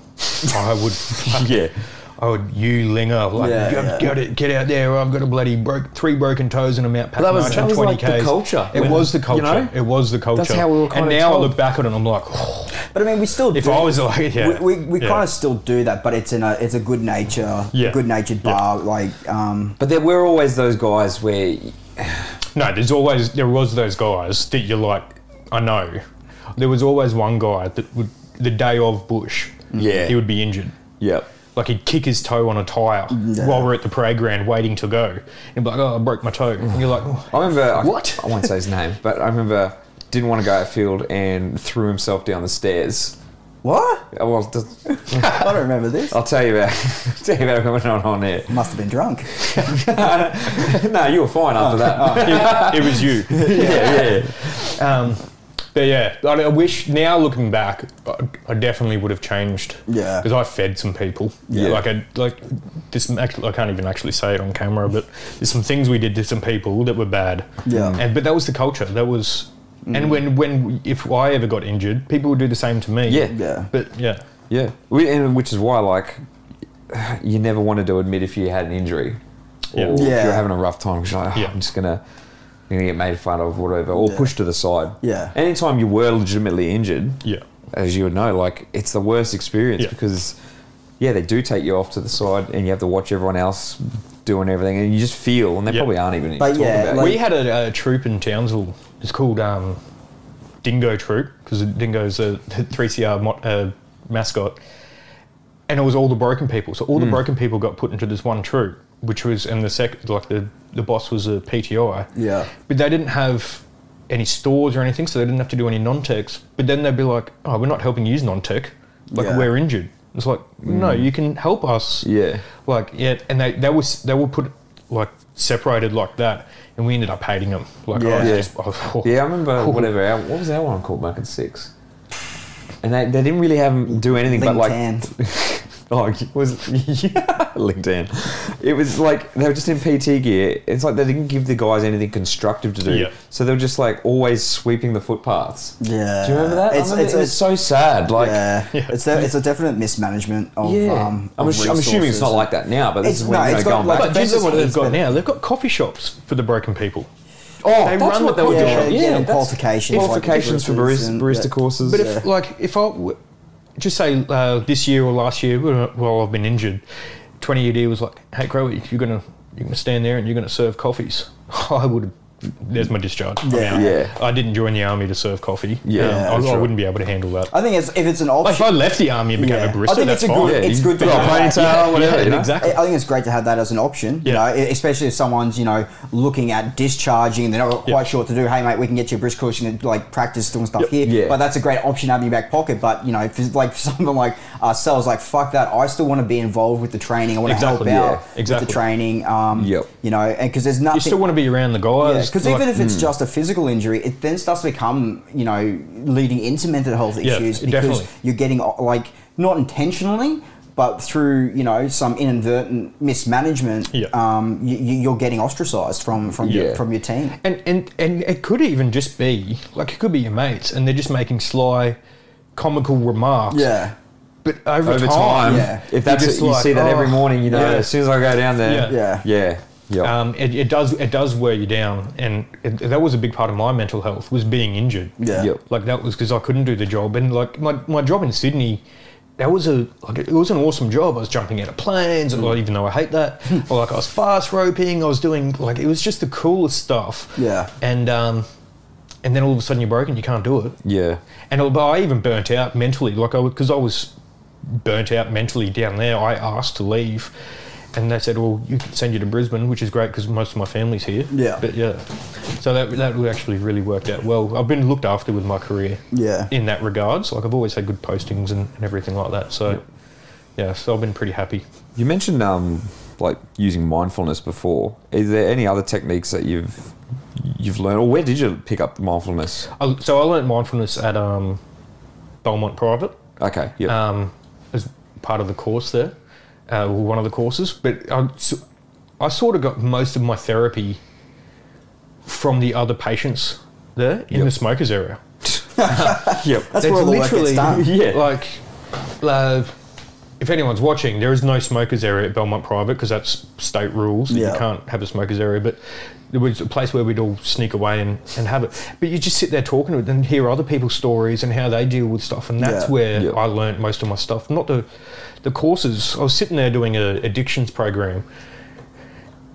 C: I would,
A: Yeah.
C: I would. You linger, like
B: Yeah,
C: "Go-
B: yeah.
C: Get, it, get out there. I've got a bloody broke, three broken toes and I'm out packing
A: that was- that was
C: 20
A: like the culture
C: It
A: when-
C: was the culture.
A: you know?
C: it was the culture.
A: how we were
C: And
A: kinda
C: now
A: told.
C: I look back at it and I'm like, "Oh,
B: But I mean, we still
C: if
B: do-
C: I was like, yeah,
B: we, we, we
C: yeah.
B: kind of still do that, but it's in a it's a good nature,
C: Yeah.
B: good natured
C: Yeah.
B: bar. Like, um,
A: But there were always those guys where
C: No, there's always there was those guys that you're like, I know. There was always one guy that would the day of Bush,
A: Yeah.
C: he would be injured.
A: Yep.
C: Like he'd kick his toe on a tire while we're at the playground waiting to go, and be like, "Oh, I broke my toe." And you're like,
A: I remember. I-
C: What?
A: I, won't say his name, but I remember didn't want to go outfield and threw himself down the stairs.
B: what?
A: Oh, Well, does-
B: I don't remember this.
A: I'll tell you about. tell you about what went on on there.
B: Must have been drunk.
A: no, you were fine after that.
B: Oh,
C: it, it was you.
A: yeah, yeah.
C: Um, but yeah, I, I wish now looking back, I, I definitely would have changed.
B: Yeah.
C: because I fed some people.
A: Yeah.
C: like I like this. Actually, I can't even actually say it on camera, but there's some things we did to some people that were bad.
B: Yeah.
C: and but that was the culture. That was, and when when if I ever got injured, people would do the same to me.
A: Yeah.
B: Yeah.
C: but yeah,
A: Yeah, we, and which is why, like, you never wanted to admit if you had an injury or
C: Yeah.
A: if
B: Yeah.
A: you're having a rough time. 'cause you're like, "Oh,
C: Yeah.
A: I'm just gonna, you're gonna get made fun of, whatever, or
B: Yeah.
A: pushed to the side.
B: Yeah.
A: Anytime you were legitimately injured,
C: yeah,
A: as you would know, like it's the worst experience
C: Yeah.
A: because, yeah, they do take you off to the side, and you have to watch everyone else doing everything, and you just feel, and they
C: Yeah.
A: probably aren't even
B: But
A: talking
B: yeah,
A: about
B: like-
A: it.
C: we had a, a troop in Townsville. It's called um, Dingo Troop because Dingo's a 3CR mo- uh, mascot, and it was all the broken people. So all
B: Hmm.
C: the broken people got put into this one troop, which was and the second like the the boss was a PTI.
B: Yeah.
C: but they didn't have any stores or anything, so they didn't have to do any non-techs. But then they'd be like, "Oh, we're not helping use non-tech. Like
B: Yeah. Hmm.
C: we're injured." It's like, no, you can help us
A: Yeah.
C: like yeah, and they they were they were put like separated like that, and we ended up hating them. Like I was
A: Yeah.
C: just, I was-
A: Yeah, I remember whatever. Our, what was our one called? Market Six. And they, they didn't really have 'em do anything but like
B: LinkedIn.
A: oh, it was yeah, LinkedIn. It was like they were just in PT gear. It's like they didn't give the guys anything constructive to do.
C: Yeah.
A: So they were just like always sweeping the footpaths.
B: Yeah.
A: Do you remember that? I
B: It's-
A: remember
B: it's-
A: it was so sad. Like
B: yeah.
C: Yeah.
B: It's a, it's a definite mismanagement of.
A: yeah.
B: Um,
A: I'm,
B: of
A: assu- I'm assuming it's
B: resources.
A: not like that now, but this
B: It's-
A: is when
B: no,
A: you know,
B: it's got,
A: going
B: like,
A: back.
C: But do you know what they've got
B: Basically,
C: now? They've got coffee shops for the broken people.
A: oh,
C: they
A: that's
C: run
A: what they
C: the
A: were
C: coffee
A: doing.
C: shop.
A: Yeah,
B: Yeah,
A: that's-
B: qualifications, like
A: qualifications for
B: baristas
A: barista,
B: and-
A: barista
B: yeah.
A: courses.
C: But if like if I w- just say uh, this year or last year, well, I've been injured. Twenty ED was like, hey Crowe, you're gonna you're gonna stand there and you're gonna serve coffees. I would. There's my discharge. I'm
B: Yeah.
C: out.
A: Yeah.
C: I didn't join the army to serve coffee.
A: Yeah,
C: Um, I-
A: that's
C: I,
A: right.
C: wouldn't be able to handle that.
B: I think it's, if it's an
C: Like,
B: option.
C: if I left the army and became
B: Yeah.
C: a barista,
B: I think
C: that's
B: it's a
C: fine.
B: good- it's
A: you
B: good to
A: put
B: have
A: a
B: that.
A: ponytail, or whatever.
C: Yeah,
A: you know?
C: exactly.
B: I I think it's great to have that as an option, you
C: Yeah.
B: know, e- especially if someone's, you know, looking at discharging and they're not quite
C: Yeah.
B: sure what to do. Hey, mate, we can get you a brisk cushion and like practice doing stuff here.
A: Yeah.
B: But that's a great option to have in your back pocket. But, you know, for, like for someone like ourselves, like, fuck that. I still want to be involved with the training. I want to
C: Exactly,
B: help out
C: yeah.
B: with
C: Exactly.
B: the training. Um,
A: Yep.
B: You know, because there's
C: You still
B: nothing.
C: want to be around the guys.
B: Because
C: like- hmm.
B: even if it's just a physical injury, it then starts to become, you know, leading into mental health
C: Yeah,
B: issues because
C: definitely.
B: you're getting uh, like not intentionally, but through you know some inadvertent mismanagement,
C: Yeah.
B: um, you, you- you're getting ostracized from from your,
A: Yeah.
B: from your team.
C: and, and and it could even just be like it could be your mates, and they're just making sly, comical remarks.
B: Yeah,
C: But over,
A: over time,
B: Yeah.
A: if that's
C: You're just
A: it, you
C: like,
A: see that every
C: "Oh,
A: morning, you know,
C: yeah."
A: as soon as I go down there,
B: Yeah.
A: yeah, yeah.
C: Um, it, it does it does wear you down, and it, that was a big part of my mental health was being injured.
B: yeah,
A: Yep.
C: Like that was because I couldn't do the job, and like my, my job in Sydney, that was a like it was an awesome job. I was jumping out of planes, or even though I hate that, or like I was fast roping. I was doing like it was just the coolest stuff.
B: Yeah.
C: And um, and then all of a sudden you're broken, you can't do it.
A: yeah.
C: And although I even burnt out mentally, like I because I was burnt out mentally down there, I asked to leave, And they said, well, you can send you to Brisbane, which is great because most of my family's here.
B: Yeah.
C: But yeah. So that, that actually really worked out well. I've been looked after with my career
B: Yeah.
C: in that regards. Like I've always had good postings and, and everything like that. So yeah, so I've been pretty happy.
A: You mentioned um, like using mindfulness before. Is there any other techniques that you've you've learned, or where did you pick up the mindfulness?
C: I, so I learned mindfulness at um, Belmont Private.
A: Okay, yeah,
C: um, as part of the course there, uh, or one of the courses. But I, s- I sort of got most of my therapy from the other patients there in
A: Yep.
C: the smokers area.
A: yep.
B: That's where all the work gets done.
C: yeah. Like, uh, if anyone's watching, there is no smokers area at Belmont Private because that's state rules. and
B: Yeah.
C: You can't have a smokers area, but there was a place where we'd all sneak away and, and have it. But you just sit there talking to it and hear other people's stories and how they deal with stuff. And that's
B: Yeah.
C: where
A: Yeah.
C: I learnt most of my stuff. Not the, the courses. I was sitting there doing a addictions program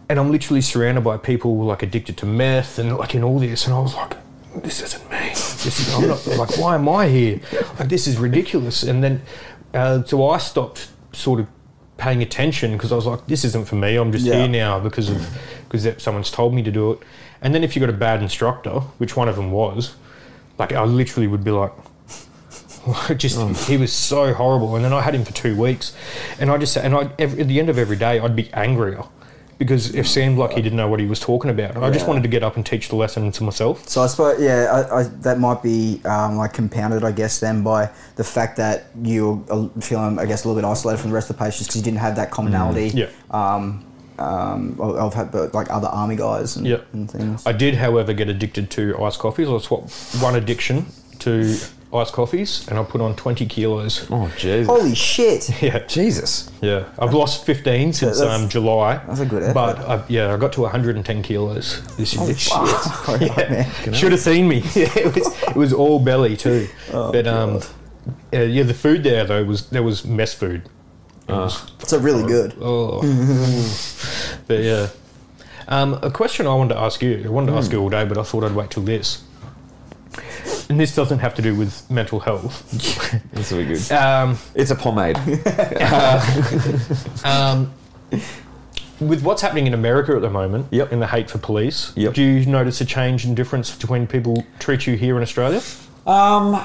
C: and I'm literally surrounded by people like addicted to meth and like in all this, and I was like, this isn't me. This is, I'm not like, why am I here? Like, this is ridiculous. And then, uh, so I stopped sort of paying attention because I was like, this isn't for me. I'm just
B: Yeah.
C: here now because of because that someone's told me to do it. And then if you got a bad instructor, which one of them was, like I literally would be like. just he was so horrible, and then I had him for two weeks, and I just and I every, at the end of every day I'd be angrier because it seemed like he didn't know what he was talking about. I just
B: Yeah.
C: wanted to get up and teach the lesson to myself.
B: So I suppose yeah, I, I, that might be um, like compounded, I guess, then by the fact that you are feeling, I guess, a little bit isolated from the rest of the patients because you didn't have that commonality.
C: Mm, Yeah.
B: Um, um, of of had but like other army guys and,
C: Yeah.
B: and things.
C: I did, however, get addicted to iced coffees. I swapped one addiction to iced coffees, and I put on twenty kilos.
A: oh Jesus,
B: Holy shit!
C: Yeah,
A: Jesus.
C: yeah. I've lost fifteen since
B: That's-
C: um, July.
B: that's a good effort.
C: But I, yeah, I got to one hundred and ten kilos this
A: Oh,
C: year.
B: Fuck, man.
C: Should have seen me. Yeah, it was it was all belly too.
A: Oh,
C: but um, yeah, yeah, the food there though was there was mess food. It was
B: So really good.
C: Oh. but yeah. Um, a question I wanted to ask you. I wanted to ask
A: Hmm.
C: you all day, but I thought I'd wait till this. And this doesn't have to do with mental health.
A: This will be good.
C: Um,
A: It's a pomade.
C: um, with what's happening in America at the moment,
A: Yep.
C: in the hate for police,
A: Yep.
C: do you notice a change in difference between people treat you here in Australia?
A: Um,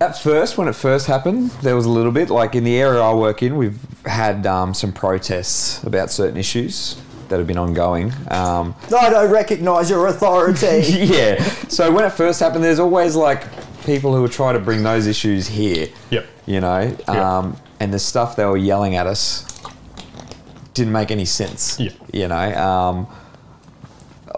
A: at first, when it first happened, there was a little bit. Like in the area I work in, we've had um, some protests about certain issues that have been ongoing. Um,
B: I don't recognise your authority.
A: yeah. So when it first happened, there's always like people who would try to bring those issues here.
C: Yep.
A: You know, um, and the stuff they were yelling at us didn't make any sense.
C: Yeah.
A: You know, um,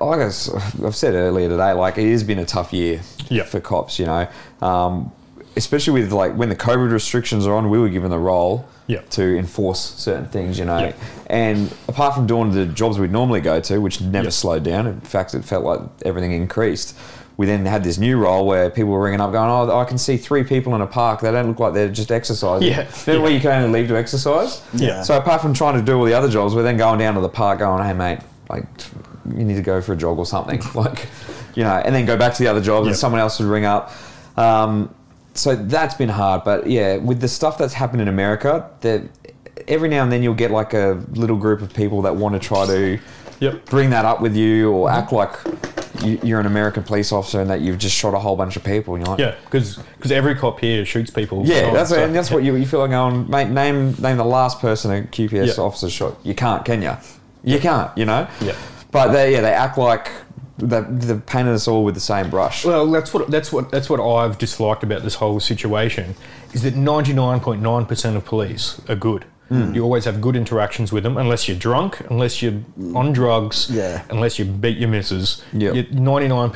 A: like I s- I've said earlier today, like it has been a tough year
C: Yeah.
A: for cops. You know, um, especially with like when the COVID restrictions are on, we were given the role
C: Yeah.
A: to enforce certain things. You know,
C: Yeah.
A: and apart from doing the jobs we'd normally go to, which never
C: Yeah.
A: slowed down. In fact, it felt like everything increased. We then had this new role where people were ringing up, going, "Oh, I can see three people in a park. They don't look like they're just exercising."
C: Yeah.
A: Then
C: Yeah.
A: where you can only leave to exercise.
C: Yeah.
A: So apart from trying to do all the other jobs, we're then going down to the park, going, "Hey, mate, like you need to go for a jog or something," like you know, and then go back to the other jobs,
C: Yeah.
A: and someone else would ring up. Um, so that's been hard, but yeah, with the stuff that's happened in America, that every now and then you'll get like a little group of people that want to try to
C: Yep. Mm-hmm.
A: bring that up with you or act like you- you're an American police officer and that you've just shot a whole bunch of people. And you're like,
C: Yeah, because every cop here shoots people.
A: yeah,
C: Oh,
A: that's
C: so-
A: what, and that's what you, you feel like going, mate. Name name the last person a QPS
C: Yeah.
A: officer shot. You can't, can you? You can't, you know.
C: Yeah.
A: But they yeah they act like they they've painted us all with the same brush.
C: Well, that's what that's what that's what I've disliked about this whole situation is that ninety nine point nine percent of police are good.
A: Hmm.
C: You always have good interactions with them, unless you're drunk, unless you're
A: Hmm.
C: on drugs,
B: Yeah.
C: unless you beat your missus.
A: Yeah.
C: ninety nine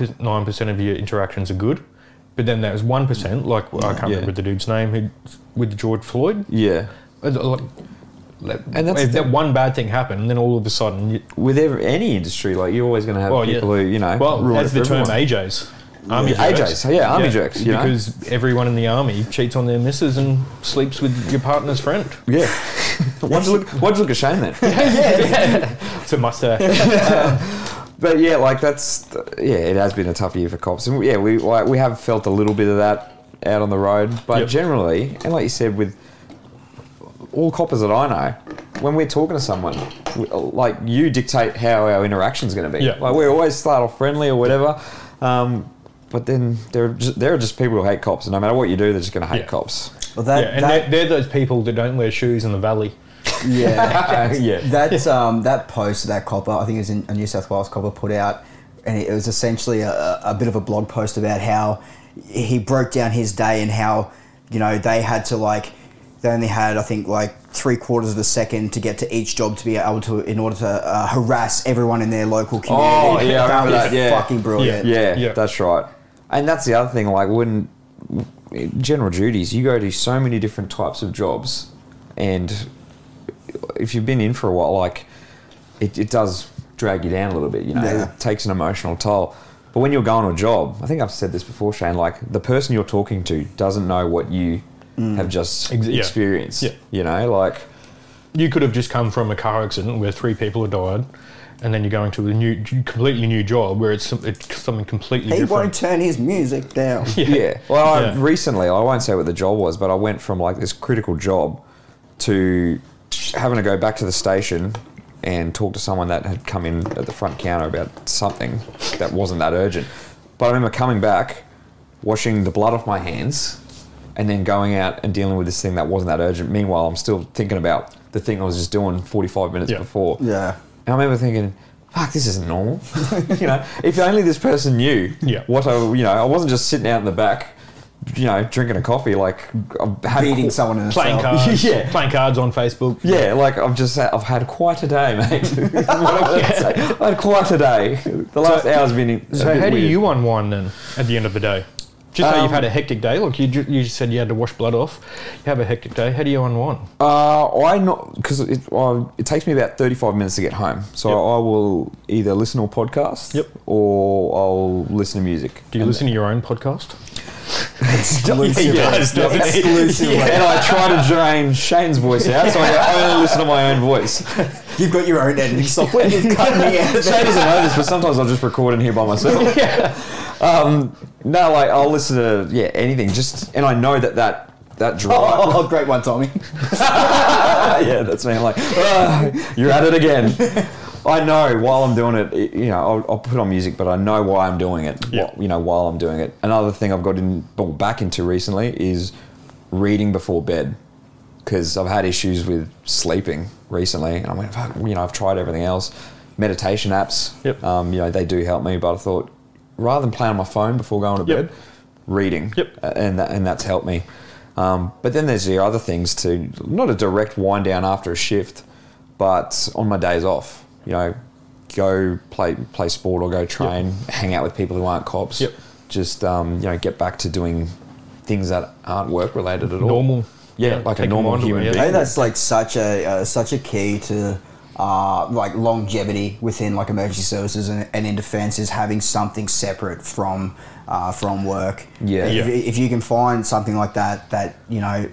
C: percent of your interactions are good, but then there was one percent, like I can't
A: Yeah.
C: remember the dude's name, who with George Floyd.
A: yeah.
C: Uh, like, like,
A: And that's
C: if
A: the-
C: that one bad thing happened, and then all of a sudden, you,
A: With every, any industry, like you're always going to have
C: Oh,
A: people who you know.
C: Well,
A: ruin
C: that's
A: it
C: the
A: for
C: term
A: everyone.
C: AJs. Army
A: Yeah.
C: jerks.
A: AJs, yeah, army jerks, you know?
C: because everyone in the army cheats on their missus and sleeps with your partner's friend.
A: Yeah. why'd you look? Why'd you look ashamed then?
C: it's a mustache.
A: But yeah, like that's yeah, it has been a tough year for cops, and yeah, we like we have felt a little bit of that out on the road, but
C: Yep.
A: generally, and like you said, with all coppers that I know, when we're talking to someone, we, like you dictate how our interaction's going to be.
C: Yeah.
A: Like we always start off friendly or whatever, um, but then there are just, there are just people who hate cops, and no matter what you do, they're just going to hate
C: Yeah.
A: cops.
B: Well, that,
C: yeah, and
B: that,
C: they're, they're those people that don't wear shoes in the valley.
B: yeah.
A: yeah.
B: That um, that post that copper, I think it was in, a New South Wales copper put out, and it was essentially a, a bit of a blog post about how he broke down his day and how you know they had to like they only had I think like three quarters of a second to get to each job to be able to in order to uh, harass everyone in their local community.
A: Oh, yeah, I
B: that
A: remember
B: was
A: that, yeah.
B: fucking brilliant.
A: Yeah,
C: Yeah.
A: that's right. And that's the other thing. Like when general duties, you go to so many different types of jobs, and if you've been in for a while, like it, it does drag you down a little bit. You know,
B: Yeah.
A: it takes an emotional toll. But when you're going to a job, I think I've said this before, Shane. Like the person you're talking to doesn't know what you have just
C: Ex- yeah.
A: experienced.
C: Yeah.
A: You know, like
C: You could have just come from a car accident where three people have died, and then you're going to a new, completely new job where it's, some- it's something completely
B: He
C: different.
B: won't turn his music down.
A: Yeah. Well, I,
C: Yeah.
A: recently, I won't say what the job was, but I went from like this critical job to having to go back to the station and talk to someone that had come in at the front counter about something that wasn't that urgent. But I remember coming back, washing the blood off my hands, and then going out and dealing with this thing that wasn't that urgent. Meanwhile, I'm still thinking about the thing I was just doing 45 minutes
C: Yeah.
A: before.
B: Yeah.
A: And I remember thinking, fuck, this isn't normal. you know, if only this person knew
C: Yeah.
A: what I, you know, I wasn't just sitting out in the back, you know, drinking a coffee, like I've had
B: Beating
A: qu-
B: someone in a
C: Playing
B: cell.
C: cards,
A: Yeah.
C: playing cards on Facebook.
A: Yeah, like I've just had, I've had quite a day, mate. What am I gonna say? I had quite a day. The last hour's been. a
C: So
A: bit
C: how do
A: weird. Um,
C: you unwind then at the end of the day? Just how you've had a hectic day. Look, you, ju- you just said you had to wash blood off. You have a hectic day. How do you unwind?
A: Uh, I not because it uh, it takes me about thirty five minutes to get home, so
C: Yep.
A: I will either listen to a podcast,
C: Yep.
A: or I'll listen to music.
C: Do you listen to your own podcast?
B: Exclusive.
C: doesn't he?
B: Exclusively.
A: and I try to drain Shane's voice out, so I only listen to my own voice. Shane
B: You've got your own editing software. You've cut me out. of
A: doesn't know this, but sometimes I'll just record in here by myself. Um, no, like I'll listen to yeah anything, just and I know that that that drive.
B: Oh, great one, Tommy.
A: yeah, that's me. I'm like, "Ah, you're at it again. I know while I'm doing it, it- you know, I'll, I'll put on music, but I know why I'm doing it.
C: Yeah.
A: wh- you know, while I'm doing it. Another thing I've got in, well, back into recently is reading before bed because I've had issues with sleeping recently, and I'm like, fuck, you know, I've tried everything else, meditation apps.
C: Yep.
A: Um, you know, they do help me, but I thought rather than playing on my phone before going to
C: Yep.
A: bed, reading.
C: Yep.
A: A- And that, and that's helped me. Um, but then there's the other things to not a direct wind down after a shift, but on my days off, you know, go play play sport or go train, hang out with people who aren't cops.
C: Yep.
A: Just um, you know, get back to doing things that aren't work related at all.
C: Normal.
A: Yeah,
C: Yeah,
A: like a
C: take
A: normal
C: them on,
A: human
C: yeah.
A: being.
B: I think that's like such a uh, such a key to uh, like longevity within like emergency services and, and in defence is having something separate from uh, from work.
A: Yeah.
B: If,
C: Yeah.
B: if you can find something like that that you know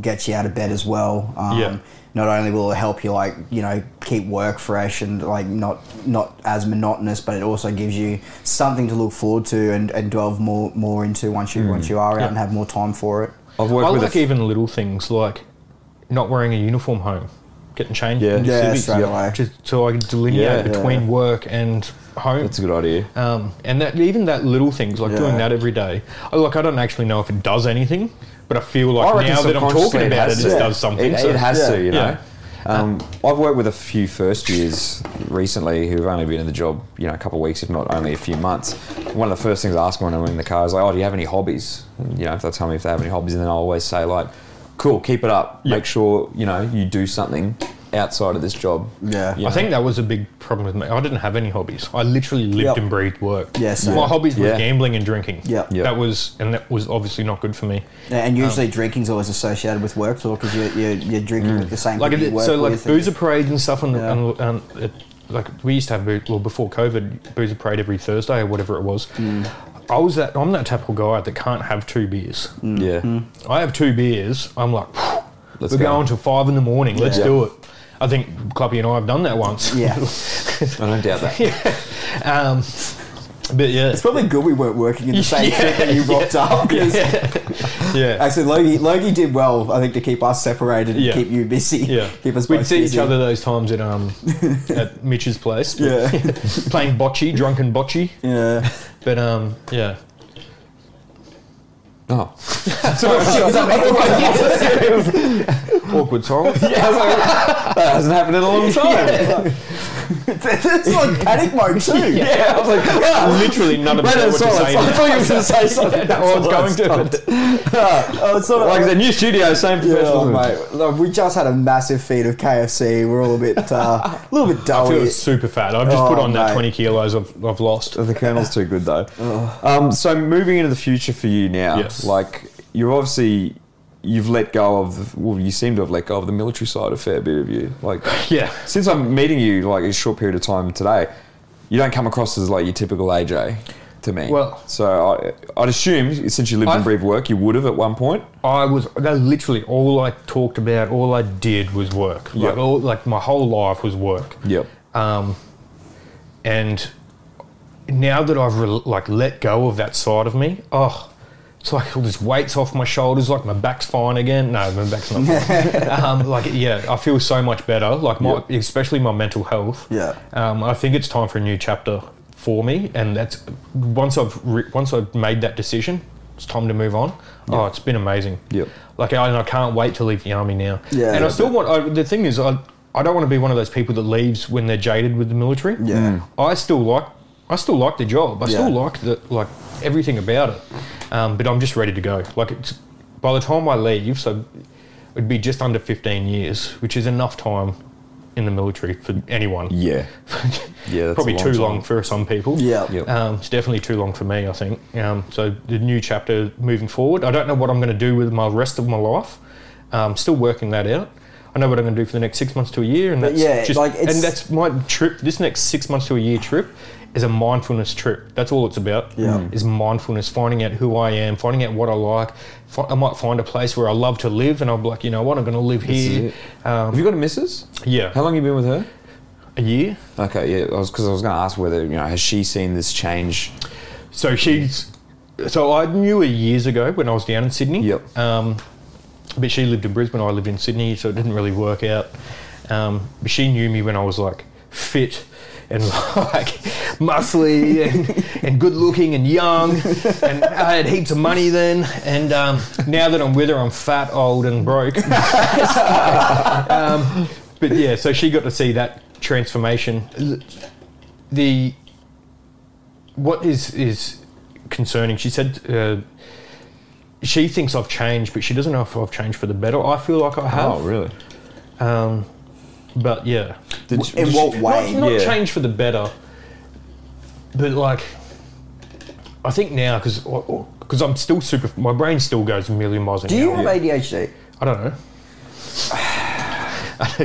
B: gets you out of bed as well. Um,
C: Yeah.
B: Not only will it help you like you know keep work fresh and like not not as monotonous, but it also gives you something to look forward to and, and delve more more into once you once you are out
C: Yeah.
B: and have more time for it.
A: I've worked
C: I
A: with a
C: like
A: f-
C: even little things like not wearing a uniform home, getting changed.
A: Yeah.
C: into
A: Yeah,
C: civvies,
B: straight away.
C: Just so I can delineate
A: Yeah.
C: between work and home.
A: That's a good idea.
C: Um, and that even that little things like doing
B: Yeah.
C: that every day. I, like I don't actually know if it does anything, but I feel
A: I
C: like
A: reckon
C: now that I'm
A: subconsciously
C: talking about it,
A: has
C: it
A: to.
C: does something.
A: It,
C: so-
A: it has to,
B: Yeah.
A: you know.
C: Yeah.
A: Um, I've worked with a few first years recently who've only been in the job, you know, a couple of weeks, if not only a few months. One of the first things I ask when I'm in the car is like, "Oh, do you have any hobbies?" And, you know, if they tell me if they have any hobbies, and then I always say like, "Cool, keep it up.
C: Yeah.
A: Make sure you know you do something outside of this job."
B: Yeah.
A: You
C: I
A: know?
C: think that was a big problem with me. I didn't have any hobbies. I literally lived
B: Yep.
C: and breathed work.
B: Yeah, same.
C: My hobbies were
A: Yeah.
C: gambling and drinking.
B: Yep.
A: Yep.
C: That was and that was obviously not good for me.
B: Yeah, And
C: Oh.
B: usually drinking's always associated with work talk because you're, you're, you're drinking with the same
C: Mm. Like
B: people you
C: it,
B: work
C: so, like
B: with and-
C: boozer parades and stuff, and,
B: Yeah.
C: and, and it, like we used to have boo- well before COVID boozer parade every Thursday or whatever it was.
B: Mm.
C: I was that I'm that type of guy that can't have two beers.
B: Mm.
A: yeah.
C: I have two beers. I'm like,
A: Let's
C: we're
A: go.
C: going till five in the morning. Let's
A: Yeah.
C: do it. I think Cluppy and I have done that once.
B: Yeah.
A: I don't doubt that.
C: Um, But yeah,
B: It's probably good we weren't working in the same
C: Yeah,
B: shit that you rocked up. 'cause
C: yeah,
B: Actually, Logie, Logie did well, I think, to keep us separated and
C: Yeah.
B: keep you busy.
C: yeah.
B: Keep us
C: We'd
B: both
C: see
B: busy.
C: each other those times at um at Mitch's place. but-
B: Yeah.
C: playing bocce, drunken bocce.
B: yeah.
C: But um, yeah.
A: Oh.
C: Awkward silence.
A: I was like, that hasn't happened in a long time.
B: it's like panic mode, too.
A: Yeah, I was like, ah,
C: Literally none of us
A: wait,
C: know
A: I'm
C: what
A: sorry.
C: to say.
A: I thought you were going to say something. That's
C: I was
A: all
C: going to,
A: stopped.
B: Oh, it's not
A: Like the new studio, same
B: Yeah,
A: professional.
B: mate. Look, we just had a massive feed of KFC. We're all a bit, uh, a little bit dull.
C: I feel super fat. I've just
B: Oh,
C: put on that
B: mate.
C: 20 kilos I've, I've lost.
A: The kernel's too good though. Um, so moving into the future for you now,
C: Yes.
A: like you're obviously you've let go of the, well, you seem to have let go of the military side a fair bit of you. Like
C: Yeah.
A: since I'm meeting you like a short period of time today, you don't come across as like your typical AJ to me.
C: Well-
A: so I, I'd assume since you lived
C: I've-
A: and breathed work, you would have at one point.
C: I was that literally all I talked about, all I did was work. Like
A: Yeah.
C: all, like my whole life was work.
A: Yep.
C: Um, And now that I've re- like let go of that side of me, oh, it's like all this weight's off my shoulders. Like my back's fine again. No, my back's not. fine. um, like yeah, I feel so much better. Like my, especially my mental health.
B: Yeah.
C: Um, I think it's time for a new chapter for me, and that's once I've re- once I've made that decision, it's time to move on. Oh, it's been amazing.
A: Yep.
C: Like I, and I can't wait to leave the army now.
B: Yeah.
C: And I still want. I, the thing is, I I don't want to be one of those people that leaves when they're jaded with the military.
B: Yeah. Mm.
C: I still like I still like the job. I still
B: Yeah.
C: like the like everything about it. Um, but I'm just ready to go. Like it's by the time I leave, so it'd be just under 15 years, which is enough time in the military for anyone.
A: Yeah. Yeah, that's
C: probably
A: a long
C: too
A: time.
C: long for some people.
B: Yeah.
A: Yep.
C: Um, it's definitely too long for me, I think. Um, so the new chapter moving forward, I don't know what I'm going to do with my rest of my life. Um, still working that out. I know what I'm going to do for the next six months to a year, and that's
B: yeah,
C: just
B: like, it's-
C: and that's my trip. This next six months to a year trip is a mindfulness trip. That's all it's about.
B: Yeah.
A: Mm.
C: is mindfulness, finding out who I am, finding out what I like. Fi- I might find a place where I love to live, and I'm like, you know what, I'm going to live here. Um,
A: have you got a missus?
C: Yeah,
A: How long you been with her?
C: a year.
A: Okay, yeah, I was because I was going to ask whether you know has she seen this change?
C: So she's. So I knew her years ago when I was down in Sydney.
A: Yep.
C: Um, but she lived in Brisbane. I lived in Sydney, so it didn't really work out. Um, but she knew me when I was like fit and like muscly and, and good looking and young, and I had heaps of money then. And um, now that I'm with her, I'm fat, old, and broke. um, but yeah, so she got to see that transformation. The what is is concerning. She said uh, she thinks I've changed, but she doesn't know if I've changed for the better. I feel like I have,
A: Oh, really?
C: but yeah,
A: Did she,
B: In
A: did
B: what
A: she-
B: way?
C: not
A: Yeah.
C: changed for the better, but like I think now because because I'm still super. My brain still goes a million miles an
B: Do
C: hour.
B: you have ADHD?
C: I don't know.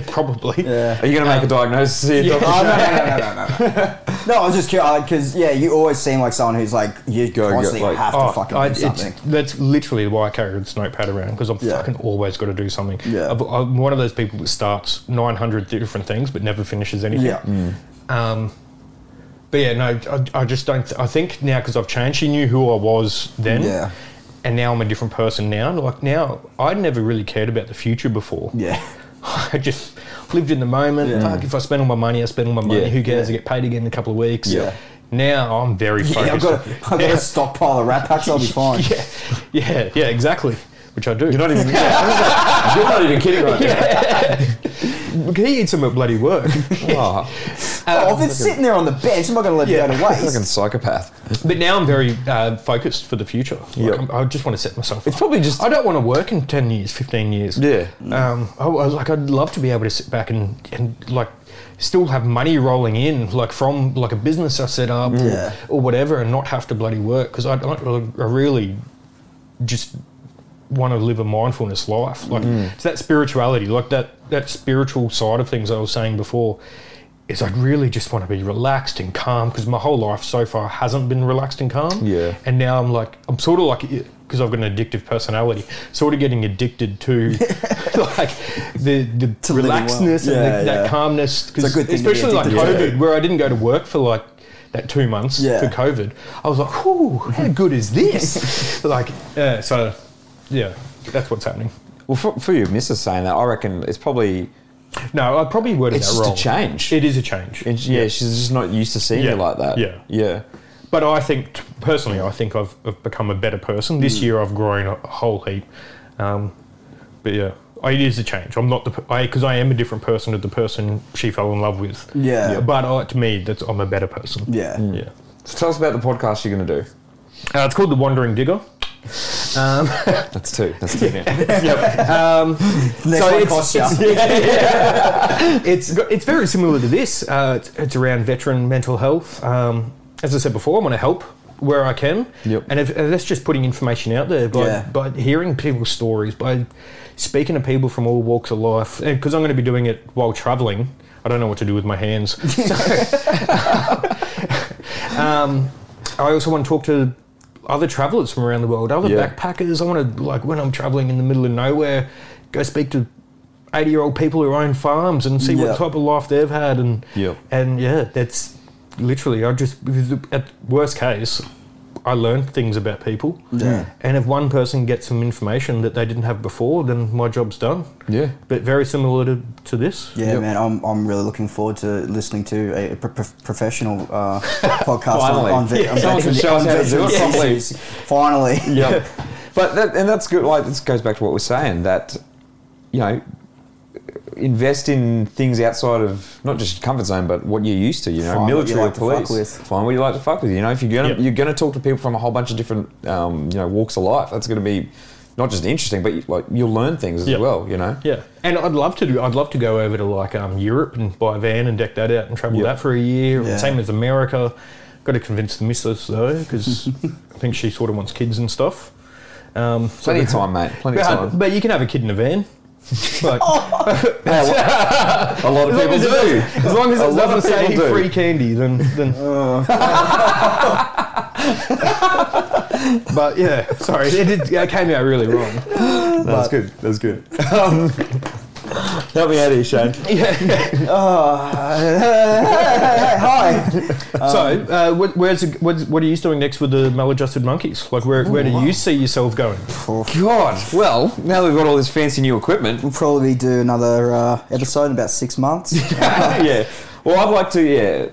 C: Probably.
A: Are you going to make a diagnosis here?
C: yeah.
A: Doctor?
B: Oh, no, no, no, no, no, no, no. No, I was just curious because yeah, you always seem like someone who's like you
A: Go, go,
B: constantly
A: like- oh,
B: have to fucking do
C: Oh, I- it's-
B: something.
C: that's literally why I carry this notepad around because I've
B: Yeah.
C: fucking always got to do something.
B: Yeah.
C: I've, I'm one of those people that starts 900 different things but never finishes anything.
B: Yeah,
A: Mm.
C: Um, but yeah, no, I, I just don't. Th- I think now because I've changed, she knew who I was then.
B: Yeah.
C: And now I'm a different person now. Like now, I never really cared about the future before.
B: yeah,
C: I just lived in the moment. Fuck, if I spend all my money, I spend all my money.
A: Yeah.
C: Who cares?
B: Yeah.
C: I get paid again in a couple of weeks.
A: Yeah.
C: Now I'm very focused.
B: yeah. I've got, a, I've got
C: Yeah.
B: a stockpile of rat packs. I'll be fine.
C: Yeah, yeah, yeah, exactly. Which I do.
A: You're not even. yeah. You're not even kidding right
C: he eats them at bloody work.
A: now. Oh,
C: Um,
B: oh, if it's sitting there on the bench, I'm not going to let
C: Yeah.
B: it go to
A: fucking
B: waste.
A: psychopath.
C: but now I'm very uh, focused for the future. Like,
A: Yep.
C: I'm- I just want to set myself. It's
A: probably just-
C: I don't want to work in ten years, fifteen years.
A: Yeah.
C: Um, I, I was like, I'd love to be able to sit back and, and like still have money rolling in, like from like a business I set up or-
B: Yeah.
C: or, whatever, and not have to bloody work because I, I, I really just want to live a mindfulness life. Like
B: Mm.
C: it's that spirituality, like that that spiritual side of things I was saying before. Is I really just want to be relaxed and calm because my whole life so far hasn't been relaxed and calm.
A: Yeah.
C: And now I'm like, I'm sort of like, because I've got an addictive personality, sort of getting addicted to like the the
B: living well.
C: relaxedness
B: Yeah,
C: and the,
B: yeah.
C: that calmness.
B: It's a good thing to be
C: especially like
B: addicted
C: COVID, where I didn't go to work for like that two months
B: Yeah.
C: for COVID, I was like, "Whoo, how good is this?" like, uh, so yeah, that's what's happening.
A: Well, for, for your missus saying that, I reckon it's probably
C: No, I probably worded
A: it's
C: that
A: just
C: wrong.
A: a change.
C: It is a change.
A: And she- yeah, she's just not used to seeing
C: Yeah.
A: you like that.
C: Yeah.
A: yeah.
C: But I think, t- personally, I think I've, I've become a better person. This
A: Mm.
C: year I've grown a whole heap. Um, but yeah, I- it is a change. I'm not the, because I, 'cause I am a different person to the person she fell in love with.
B: Yeah. Yeah.
C: But I, to me, that's I'm a better person.
B: Yeah.
A: Mm.
C: Yeah.
A: So tell us about the podcast you're going to do.
C: Uh, it's called The Wandering Digger. Um,
A: That's two. That's two. now.
C: yep. um,
B: Next
C: So
B: one
C: it's-
B: costs you.
C: it's go- it's very similar to this. Uh, it's, it's around veteran mental health. Um, as I said before, I want to help where I can,
A: Yep.
C: and if, uh, that's just putting information out there by,
B: Yeah.
C: by hearing people's stories, by speaking to people from all walks of life. Because I'm going to be doing it while traveling. I don't know what to do with my hands. So- um, I also want to talk to other travelers from around the world, other
A: Yeah.
C: backpackers. I want to like when I'm traveling in the middle of nowhere, go speak to 80 year old people who own farms and see
B: Yeah.
C: what type of life they've had and
A: Yep.
C: and yeah that's literally I just at worst case I learn things about people
B: Yeah.
C: and if one person gets some information that they didn't have before then my job's done
A: Yeah.
C: but very similar to, to this
B: Yeah,
A: Yep.
B: man, I'm, I'm really looking forward to listening to a, pro- pro- professional uh, podcast on,
A: Finally.
B: on, ve- on,
A: Someone can
B: veteran-
A: show us
B: on
A: how to do
B: veteran
A: it properly.
B: issues. Finally.
A: Yep. but that, and that's good. Like this goes back to what we're saying that you know invest in things outside of not just your comfort zone, but what you're used to. You know,
B: Find what you
A: military
B: like to
A: or
B: fuck
A: police.
B: with.
A: Find what you like to fuck with. You know, if you're gonna
C: Yep.
A: you're gonna talk to people from a whole bunch of different um, you know walks of life, that's gonna be not just interesting, but like you'll learn things as
C: Yep.
A: well. You know.
C: yeah and I'd love to do I'd love to go over to like um, Europe and buy a van and deck that out and travel
A: Yep.
C: that for a year
B: Yeah.
C: same as America got to convince the missus though because I think she sort of wants kids and stuff um, so
A: Plenty of time, mate. Plenty of
C: But,
A: time.
C: but you can have a kid in a van. Like,
A: Yeah, well, a lot of people do.
C: As long as
A: A
C: it's
A: lot
C: not
A: of people
C: say
A: do. Oh.
C: free candy, then. then. but yeah, sorry, it, did, it came out really wrong.
A: That's good. That's good. Um, help me out here, Shane.
C: Yeah.
B: Oh. Hi. Um,
C: so, uh, what, where's the- what's, what are you doing next with the maladjusted monkeys? Like, where, where do you see yourself going?
A: God. Well, now we've got all this fancy new equipment.
B: We'll probably do another uh, episode in about six months.
A: yeah. Well, I'd like to. Yeah.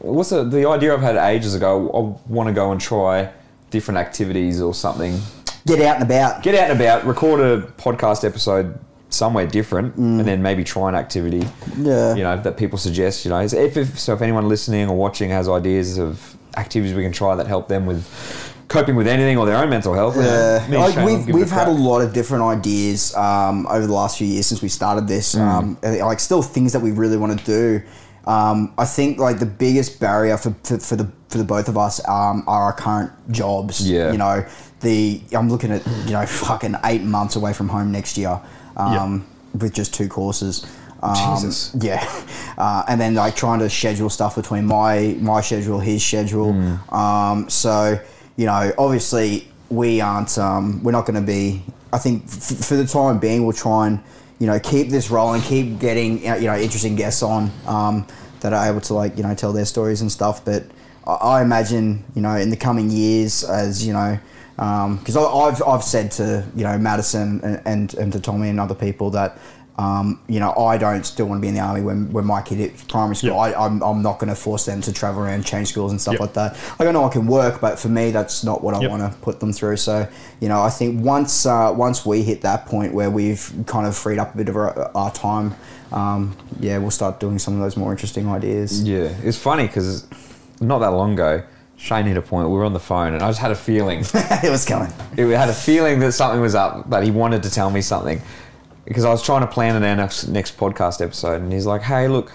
A: What's the, the idea I've had ages ago? I want to go and try different activities or something.
B: Get out and about.
A: Get out and about. Record a podcast episode somewhere different, and then maybe try an activity.
B: Mm. Yeah.
A: You know that people suggest. You know, if, if so, if anyone listening or watching has ideas of activities we can try that help them with coping with anything or their own mental health, you know,
B: Yeah,
A: me and
B: like
A: Shane will
B: we've,
A: give it
B: we've had a
A: crack.
B: lot of different ideas um, over the last few years since we started this.
A: Mm.
B: Um, and, like still things that we really want to do. Um, I think like the biggest barrier for, for, for the for the both of us um, are our current jobs.
A: Yeah.
B: you know the I'm looking at you know fucking eight months away from home next year. Um, with just two courses. Um,
A: Jesus.
B: yeah, uh, and then like trying to schedule stuff between my my schedule, his schedule. Um, so you know, obviously we aren't um, we're not going to be. I think f- for the time being, we'll try and you know keep this rolling, keep getting uh, you know interesting guests on um, that are able to like you know tell their stories and stuff. But I, I imagine you know in the coming years, as you know. Because Um, I I've, I've said to you know Madison and, and, and to Tommy and other people that um, you know, I don't still want to be in the army when, when my kid is primary school.
C: Yeah.
B: I, I'm, I'm not going to force them to travel around, change schools and stuff
C: Yeah.
B: like that. Like, I know I can work, but for me, that's not what I
C: Yep.
B: want to put them through. So, you know, I think once uh, once we hit that point where we've kind of freed up a bit of our, our time, um, yeah, we'll start doing some of those more interesting ideas.
A: Yeah, it's funny because not that long ago, Shane hit a point. We were on the phone, and I just had a feeling.
B: it was coming.
A: it had a feeling that something was up, but he wanted to tell me something because I was trying to plan an our next, next podcast episode, and he's like, "Hey, look,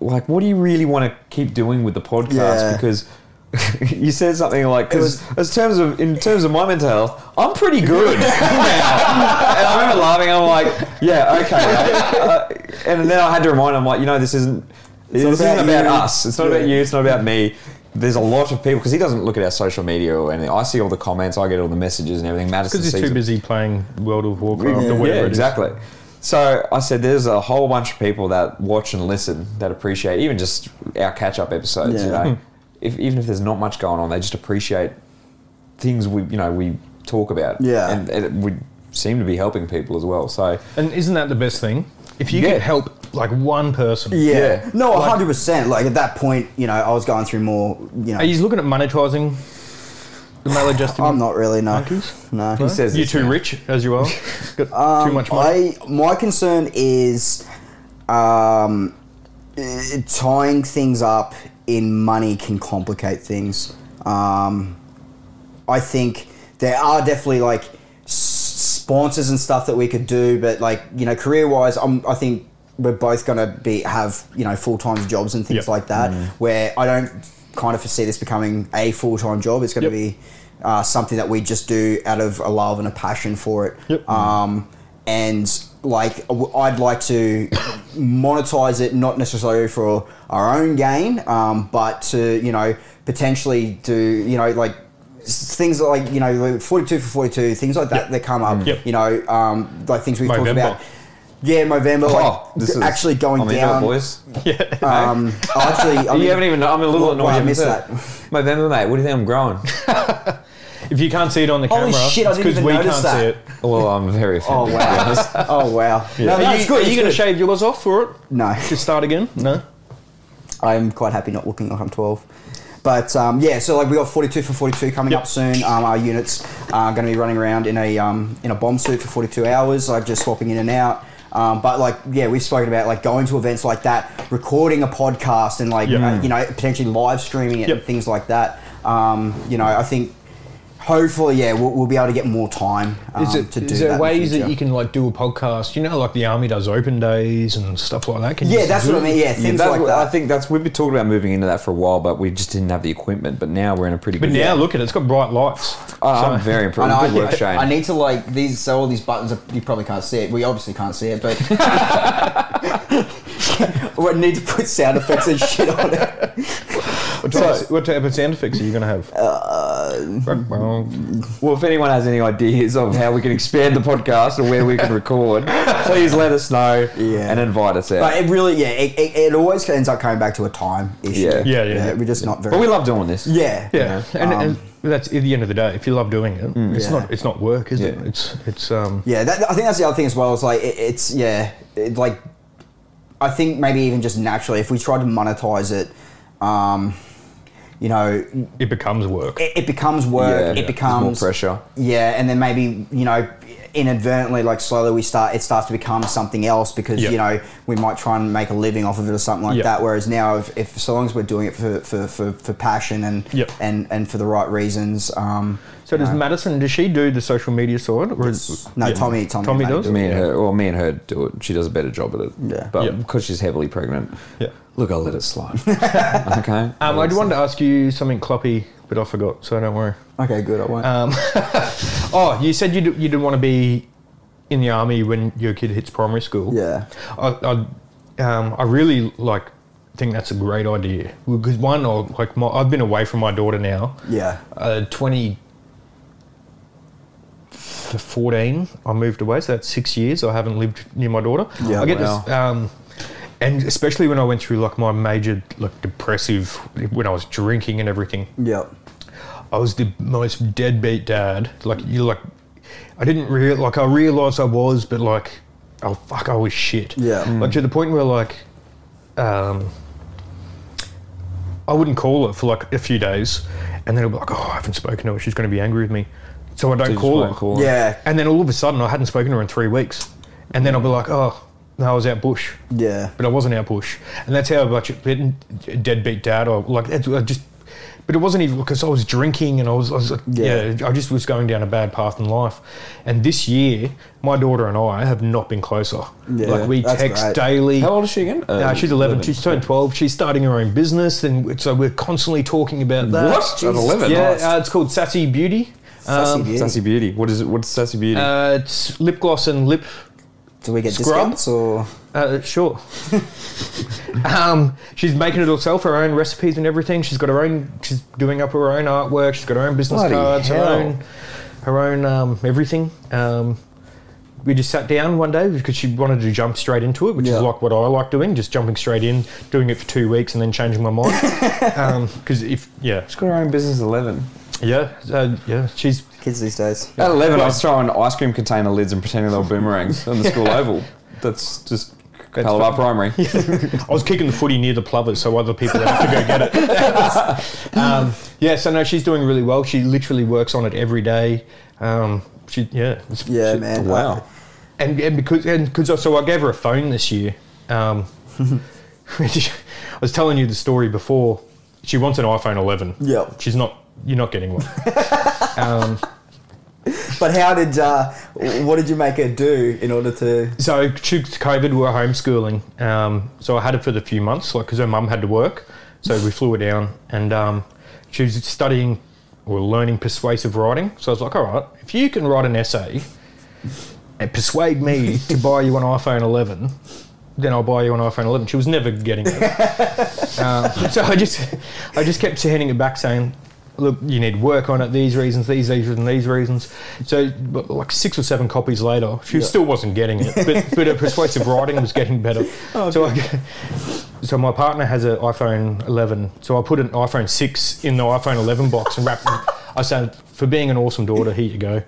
A: like, what do you really want to keep doing with the podcast?
B: Yeah.
A: Because." you said something like,
B: was-
A: "Because as terms of in terms of my mental health, I'm pretty good now." and I remember laughing. I'm like, "Yeah, okay." Uh, and then I had to remind him, like, you know, this isn't this
B: not
A: isn't about,
B: about you.
A: us. It's not about you. It's not about me. There's a lot of people because he doesn't look at our social media or anything. I see all the comments. I get all the messages and everything. Madison
C: Because he's
A: sees
C: too
A: it.
C: busy playing World of Warcraft
A: Yeah,
C: or whatever.
A: exactly. So I said, there's a whole bunch of people that watch and listen that appreciate even just our catch-up episodes. You
B: Yeah. Hmm.
A: know, if, even if there's not much going on, they just appreciate things we you know we talk about.
B: Yeah.
A: and, and it, we seem to be helping people as well. So
C: And isn't that the best thing? If you
A: Yeah.
C: could help like one person.
B: Yeah.
A: Yeah.
B: No, hundred percent. Like at that point, you know, I was going through more. You
C: Are
B: know,
C: you looking at monetizing the maladjusted adjusted
B: I'm not really no.
C: monkeys?
B: No.
A: he says
C: You
A: this,
C: too
A: man.
C: rich as you are. Got too much money.
B: Um, I my concern is um, eh, tying things up in money can complicate things. Um, I think there are definitely like s- sponsors and stuff that we could do, but like you know, career wise, I'm I think we're both gonna be have you know full time jobs and things
C: Yep.
B: like that. Where I don't kind of foresee this becoming a full time job. It's gonna
C: Yep.
B: be uh, something that we just do out of a love and a passion for it.
C: Yep.
B: Um, and like w- I'd like to monetize it, not necessarily for our own gain, um, but to you know potentially do you know like s- things like you know like 42 for 42 things like that that come up
C: Yep.
B: you know um, like things we've talked
C: Movember.
B: about yeah Movember
A: Oh,
B: like
A: this is
B: actually going
A: I'm into it,
B: down
A: boys.
B: um I actually I
A: you
B: mean,
A: haven't even. I'm a little
B: Well,
A: annoyed.
B: I
A: you haven't
B: missed
A: said it. Mate, then, mate, what do you think I'm growing?
C: if you can't see it on the
B: Holy
C: camera,
B: shit, I
C: it's
B: didn't
C: because
B: even
C: we
B: notice
C: can't see
B: that.
C: it.
A: well, I'm very offended.
B: oh wow oh wow no,
C: Are
B: no,
C: you,
B: it's good
C: are
B: it's
C: you going to
B: good.
C: shave yours off for it?
B: no
C: To start again?
B: Um,
C: No.
B: I'm quite happy not looking like I'm 12. But um, yeah, so like we got 42 for 42 coming
C: Yep.
B: up soon. Um, our units are going to be running around in a um, in a bomb suit for 42 hours, like just swapping in and out. Um, but like yeah, we've spoken about like going to events like that, recording a podcast, and like
C: Yep.
B: uh, you know potentially live streaming it and
C: Yep.
B: things like that. Um, you know, I think hopefully yeah, we'll, we'll be able to get more time um,
C: Is, it,
B: to do
C: is
B: that.
C: there
B: in the
C: ways that
B: future.
C: you can like do a podcast? You know, like the army does open days and stuff like that. Can you
B: Yeah,
C: just
B: that's
C: do
B: what I mean. Yeah,
A: Yeah,
B: things
A: that's
B: like
A: what-
B: that.
A: I think that's we've been talking about moving into that for a while, but we just didn't have the equipment. But now we're in a pretty
C: But
A: good.
C: now look at it; it's got bright lights.
A: Oh,
B: Uh, um,
A: I'm very
B: I
A: impressed.
B: know,
A: Good
B: I,
A: work,
B: I-
A: Shane.
B: I need to like these. So all these buttons, are, you probably can't see it. We obviously can't see it, but we need to put sound effects and shit on it.
C: What type, of, what type of sound effects are you going to have?
B: Uh,
A: Uh,
C: well,
A: well, if anyone has any ideas of how we can expand the podcast or where we can record, please let us know
B: Yeah.
A: and invite us out.
B: But it really, yeah, it, it, it always ends up coming back to a time issue.
A: Yeah.
C: Yeah, yeah, yeah.
B: We're just not very.
A: But we love doing this.
B: yeah, um, Mm,
C: yeah, and, and that's at the end of the day. If you love doing it, it's
B: Yeah.
C: not it's not work, is it?
A: Yeah.
C: It's it's um.
B: yeah. That, I think that's the other thing as well. Is like it, it's yeah, it, like I think maybe even just naturally, if we tried to monetize it, um, you know,
C: It becomes work.
B: it, it becomes work.
A: Yeah.
B: It
A: There's
B: becomes
A: more pressure.
B: Yeah, and then maybe you know, inadvertently, like slowly, we start it starts to become something else because
C: Yep.
B: you know we might try and make a living off of it or something like
C: Yep.
B: that. Whereas now, if, if so long as we're doing it for for, for, for passion and
C: Yep.
B: and and for the right reasons. Um,
C: So does Madison? Does she do the social media side, or is,
B: no,
C: yeah.
B: Tommy, Tommy,
C: Tommy
B: made
C: does?
B: it.
A: Me and
C: Yeah.
A: her, well, me and her do it. She does a better job at it.
B: Yeah.
A: But
C: Yeah.
A: because she's heavily pregnant,
C: Yeah.
A: look, I'll let it slide. okay.
C: Um, I wanted to ask you something cloppy, but I forgot, so don't worry.
B: Okay, good. I won't.
C: Um, oh, you said you, d- you didn't want to be in the army when your kid hits primary school.
B: yeah,
C: I, I, um, I really like think that's a great idea because one, I'll- like my, I've been away from my daughter now.
B: yeah,
C: Uh, Twenty to fourteen, I moved away, so that's six years. I haven't lived near my daughter.
B: Yeah,
C: I get
B: wow.
C: this. Um, and especially when I went through like my major like depressive when I was drinking and everything.
B: yeah,
C: I was the most deadbeat dad. Like you, like I didn't real like I realised I was, but like oh fuck, I was shit.
B: Yeah. Mm.
C: Like to the point where like, um, I wouldn't call it for like a few days, and then it'll be like, oh, I haven't spoken to her. She's going to be angry with me, so I don't
A: Just
C: call
A: won't
C: her.
A: call her.
B: yeah,
C: And then all of a sudden, I hadn't spoken to her in three weeks, and then I'll be like, oh, no, I was out bush
B: yeah,
C: but I wasn't out bush, and that's how much it, it deadbeat dad or like that's I just. But it wasn't even because I was drinking and I was, I was like,
B: Yeah.
C: yeah. I just was going down a bad path in life. And this year, my daughter and I have not been closer.
B: Yeah,
C: like we
B: that's
C: text
B: great.
C: daily.
A: How old is she again?
C: Uh, she's 11. She's turned 12. She's starting her own business, and so we're constantly talking about that.
A: What? At 11?
C: Yeah,
A: Nice.
C: uh, it's called Sassy Beauty. Um,
B: Sassy beauty.
A: Sassy Beauty. What is it? What's Sassy Beauty?
C: Uh, it's lip gloss and lip
B: Do we get
C: scrub?
B: discounts or
C: Uh, sure. um, she's making it herself, her own recipes and everything. She's got her own. She's doing up her own artwork. She's got her own business
A: Bloody
C: cards,
A: hell.
C: her own, her own um, everything. Um, we just sat down one day because she wanted to jump straight into it, which
B: Yeah.
C: is like what I like doing, just jumping straight in, doing it for two weeks, and then changing my mind. Because if yeah,
A: She's got her own business at 11.
C: yeah, uh, yeah, she's
B: Kids these days.
A: At 11, I was throwing ice cream container lids and pretending they were boomerangs on the school oval. That's just Calabar Primary.
C: I was kicking the footy near the plovers, so other people have to go get it. um, yeah, so no, she's doing really well. She literally works on it every day. Um, she yeah, it's-
B: Yeah,
C: she-
B: man.
A: Wow.
C: and, and because and because I, so I gave her a phone this year. Um, which- I was telling you the story before. She wants an iPhone 11.
B: Yep.
C: she's not. You're not getting one. um,
B: But how did uh, what did you make her do in order to?
C: so due to COVID, we were homeschooling. Um, so I had it for the few months, like because her mum had to work. So we flew her down, and um, she was studying or learning persuasive writing. So I was like, all right, if you can write an essay and persuade me to buy you an iPhone 11, then I'll buy you an iPhone 11. She was never getting it. um, so I just, I just kept handing it back, saying. Look, you need work on it. These reasons, these reasons, and these reasons. So, but like six or seven copies later, she still wasn't getting it. But, but her persuasive writing was getting better. so, I, so my partner has an iPhone 11. So I put an iPhone 6 in the iPhone 11 box and wrapped. it. I said, "For being an awesome daughter, here you go." And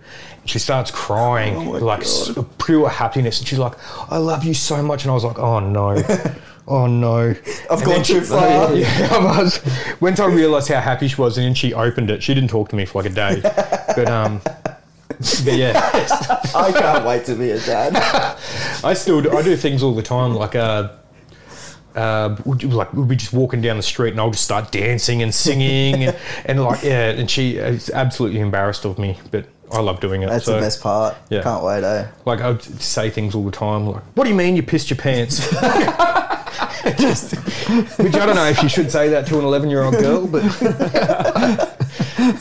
C: she starts crying,
B: Oh
C: like s- pure happiness, and she's like, "I love you so much." And I was like, "Oh no, oh no."
B: I've
C: And
B: gone
C: then she-
B: too far.
C: Yeah, I was. Once I realised how happy she was, and then she opened it. She didn't talk to me for like a day, but um, but yeah.
B: I can't wait to be a dad.
C: I still do, I do things all the time like uh, uh, we'll do- like we'll be just walking down the street and I'll just start dancing and singing and, and like yeah and she uh, is absolutely embarrassed of me but I love doing it
B: That's
C: so,
B: the best part.
C: Yeah.
B: Can't wait, eh?
C: like I would say things all the time like what do you mean you pissed your pants just which I don't know if you should say that to an 11 year old girl but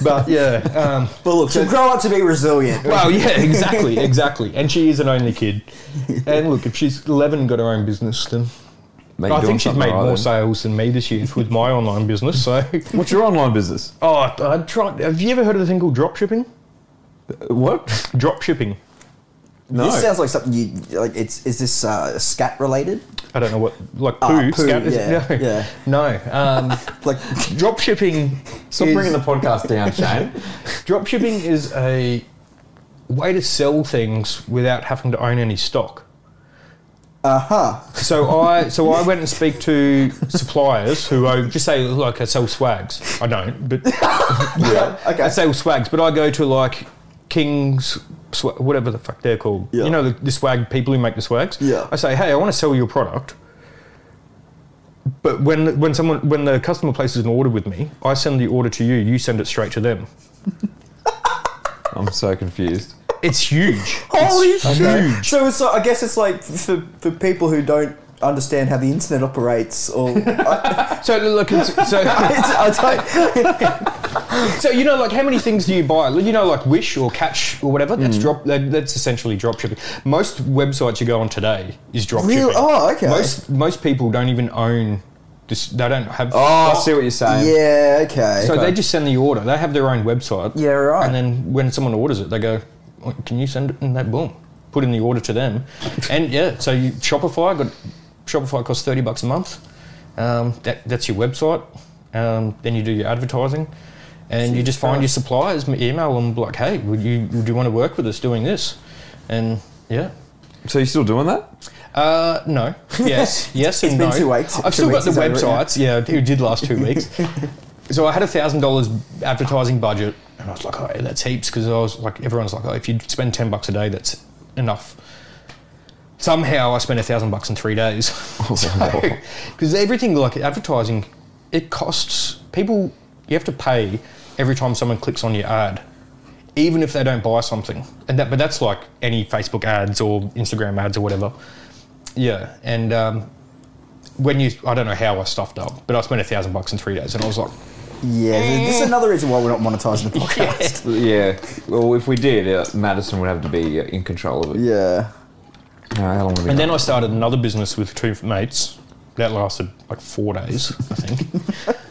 C: but yeah um,
B: But look, she'll grow up to be resilient.
C: well, yeah, exactly, exactly. And she is an only kid. And look, if she's 11 and got her own business, then
A: Mate,
C: I
A: you're doing
C: think she's
A: something
C: made
A: right
C: more
A: then.
C: sales than me this year with my online business. So,
A: What's your online business?
C: oh, I, I tried. Have you ever heard of a thing called drop shipping? Uh,
A: What?
C: Drop shipping.
A: No.
B: This sounds like something you like. It's is this uh, scat related?
C: I don't know what like poo.
B: Ah, poo,
C: scout- is-
B: yeah,
C: no,
B: yeah.
C: no. Um,
B: Like
C: drop shipping.
A: Stop
C: is-
A: bringing the podcast down, Shane.
C: Drop shipping is a way to sell things without having to own any stock.
B: uh huh.
C: So I so I went and speak to suppliers who I just say like I sell swags. I don't, but
B: Yeah. Okay.
C: I sell swags. But I go to like Kings, swa- whatever the fuck they're called.
B: Yeah.
C: You know the, the swag people who make the swags.
B: Yeah.
C: I say, hey, I want to sell you a product. But when when someone when the customer places an order with me, I send the order to you. You send it straight to them.
A: I'm so confused.
C: It's huge.
B: Holy
C: It's
B: shit!
C: huge.
B: So, so I guess it's like for for people who don't understand how the internet operates, or I,
C: So look, it's, so
B: it's, I don't.
C: So you know, like how many things do you buy? You know, like Wish or Catch or whatever.
B: Mm.
C: That's drop. That, that's essentially drop shipping. Most websites you go on today is drop
B: Really?
C: shipping.
B: Oh, okay.
C: Most most people don't even own this. They don't have.
A: Oh, I
C: stock.
A: see what you're saying.
B: Yeah. Okay.
C: So
A: Okay.
C: they just send the order. They have their own website.
B: Yeah, right.
C: And then when someone orders it, they go, "Oh, "Can you send it?" And that boom, put in the order to them. And yeah, so you, Shopify got Shopify costs thirty bucks a month. Um, that, that's your website. Um, then you do your advertising, and you just find your suppliers, m- email them like, "Hey, would you would you want to work with us doing this?" And yeah.
A: So you're still doing that?
C: Uh, no. Yes. Yes.
B: It's
C: and
B: been
C: no.
B: two weeks-
C: I've
B: two
C: still
B: weeks
C: got the
B: is over, yeah.
C: websites. Yeah, it did last two weeks. so I had a thousand dollars advertising budget, and I was like, oh, that's heaps because I was like, everyone's like, oh, if you spend ten bucks a day, that's enough. Somehow I spent a thousand bucks in three days.
B: Oh,
C: Because everything like advertising, it costs people. You have to pay every time someone clicks on your ad even if they don't buy something. And that, but that's like any Facebook ads or Instagram ads or whatever. Yeah, and um, when you, I don't know how I stuffed up, but I spent a thousand bucks in three days, and I was like,
B: yeah. th- This is another reason why we're not monetizing the podcast.
A: Yeah. Well, if we did, uh, Madison would have to be uh, in control of it.
B: yeah.
A: No, how long have we
C: and
A: got?
C: then I started another business with two mates. That lasted like four days, I think.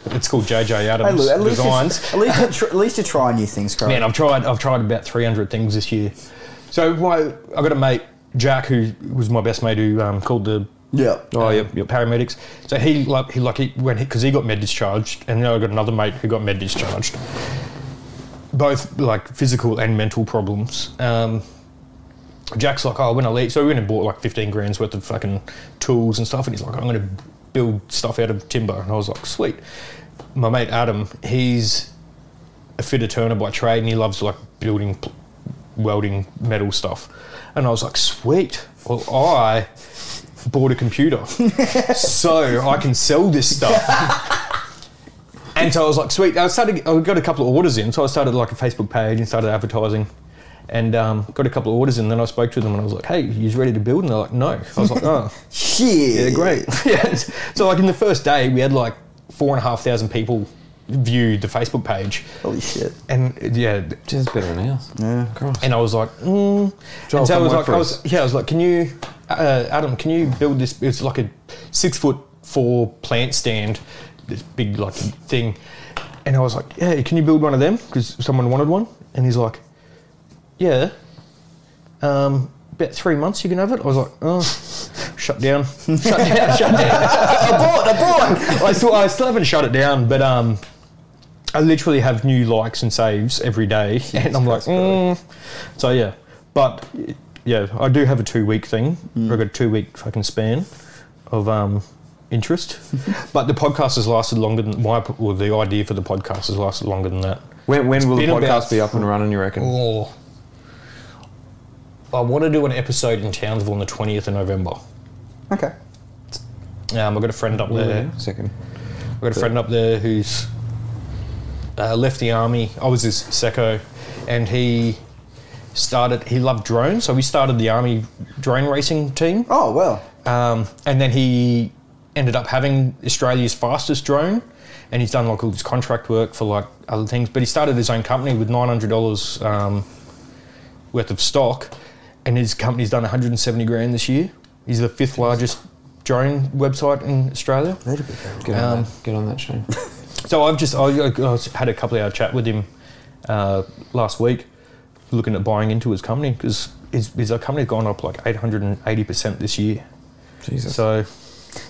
C: it's called JJ
B: Hey,
C: Adams
B: look, at least you're-
C: Designs.
B: at least you're tr- at least you're trying new things, Carl.
C: Man, I've tried. I've tried about three hundred things this year. So my, I got a mate, Jack, who was my best mate, who um, called the
B: Yeah.
C: oh, yep, yep. paramedics. So he like he like he when because he, got med discharged, and then I got another mate who got med discharged. Both like physical and mental problems. Um, Jack's like, oh, when I leave, so we went and bought like fifteen grand's worth of fucking tools and stuff, and he's like, I'm gonna build stuff out of timber, and I was like, sweet. My mate Adam, he's a fitter turner by trade, and he loves like building, pl- welding metal stuff, and I was like, sweet. Well, I bought a computer so I can sell this stuff. and so I was like, sweet. I started. I got a couple of orders in, so I started like a Facebook page and started advertising, and um, got a couple of orders in. Then I spoke to them and I was like, hey, you ready to build? And they're like, no. I was like, oh,
B: Shit.
C: yeah, great. yeah. So like in the first day, we had like four and a half thousand people view the Facebook page,
B: Holy shit.
C: and yeah,
A: It's better than ours. Yeah. Christ.
C: and I was like, mm.
A: Joel,
C: and so I
A: come
C: was
A: work
C: like,
A: for
C: I was, yeah, I was like, can you, uh, Adam, can you build this? It's like a six foot four plant stand, this big like thing. And I was like, hey, can you build one of them? Because someone wanted one. And he's like, yeah. Um, about three months you can have it. I was like, oh, shut down, shut down, shut down.
B: Oh,
C: abort, abort. I still, I still haven't shut it down, but um, I literally have new likes and saves every day, and I'm like,
A: Christ, really?
C: mm. so yeah. But yeah, I do have a two week thing. I've got a two week fucking span of um, interest. but the podcast has lasted longer than my, or the idea for the podcast has lasted longer than that.
A: When, when will the
C: been
A: podcast
C: about-
A: be up and running, you reckon?
C: Oh. I want to do an episode in Townsville on the 20th of November.
B: Okay.
C: Um, I've got a friend up there.
A: Second.
C: I've got a friend up there who's uh, left the army. I was his secco, and he started. He loved drones, so we started the army drone racing team.
B: Oh, well.
C: Um, and then he ended up having Australia's fastest drone, and he's done like all this contract work for like other things. But he started his own company with nine hundred dollars um, worth of stock, and his company's done one hundred and seventy grand this year. He's the fifth largest drone website in Australia.
A: Get on,
C: Um,
A: that. Get on that, Shane.
C: So I've just I, I I had a couple hour chat with him uh, last week, looking at buying into his company because his, his company's gone up like eight hundred and eighty percent this year.
A: Jesus.
C: So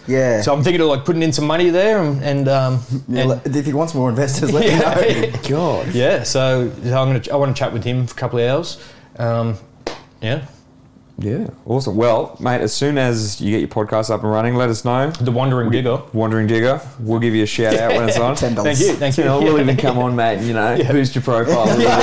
B: Yeah.
C: so I'm thinking of like putting in some money there and, and um
B: Yeah,
C: and-
B: let- if he wants more investors, let me know.
C: yeah,
A: God.
C: yeah. So, so I'm gonna I want to chat with him for a couple of hours. Um, yeah,
A: Yeah. Awesome. Well, mate, as soon as you get your podcast up and running, let us know.
C: the wandering digger.
A: Wandering Digger, we'll give you a shout out when it's on.
B: Ten dollars.
C: Thank you, thank you.
A: You know, we'll even come on, mate, and, you know, boost your profile. a little bit.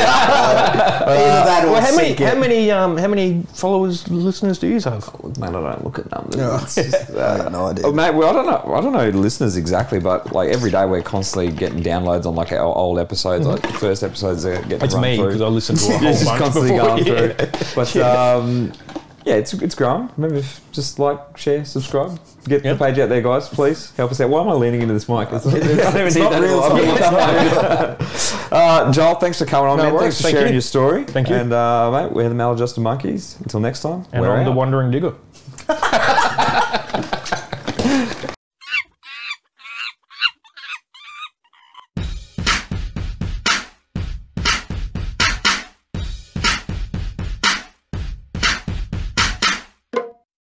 B: Either that or
C: Well, how many
B: seek it.
C: how many um, how many followers listeners do you have?
A: Man, I don't look at numbers.
B: Yeah.
A: It's just, uh,
B: Oh, I have no idea.
A: Oh, mate, well, I don't know. I don't know listeners exactly, but like every day we're constantly getting downloads on like our old episodes, like the first episodes that get
C: It's
A: run
C: me
A: through.
C: because I listen to a whole
A: It's just
C: bunch
A: constantly
C: before,
A: going
C: yeah.
A: through. But yeah. Um, yeah, it's it's growing. Remember, if- just like, share, subscribe, get
C: Yeah.
A: the page out there, guys. Please help us out. Why am I leaning into this mic? It's, I don't even need
B: not
A: that
B: real,
A: anymore. uh, Joel, thanks for coming on,
C: No
A: man.
C: worries.
A: Thanks for
C: Thank
A: sharing
C: you.
A: your story.
C: Thank you.
A: And uh, mate, we're the maladjusted monkeys. Until next time,
C: And
A: we're
C: I'm the
A: out.
C: wandering digger.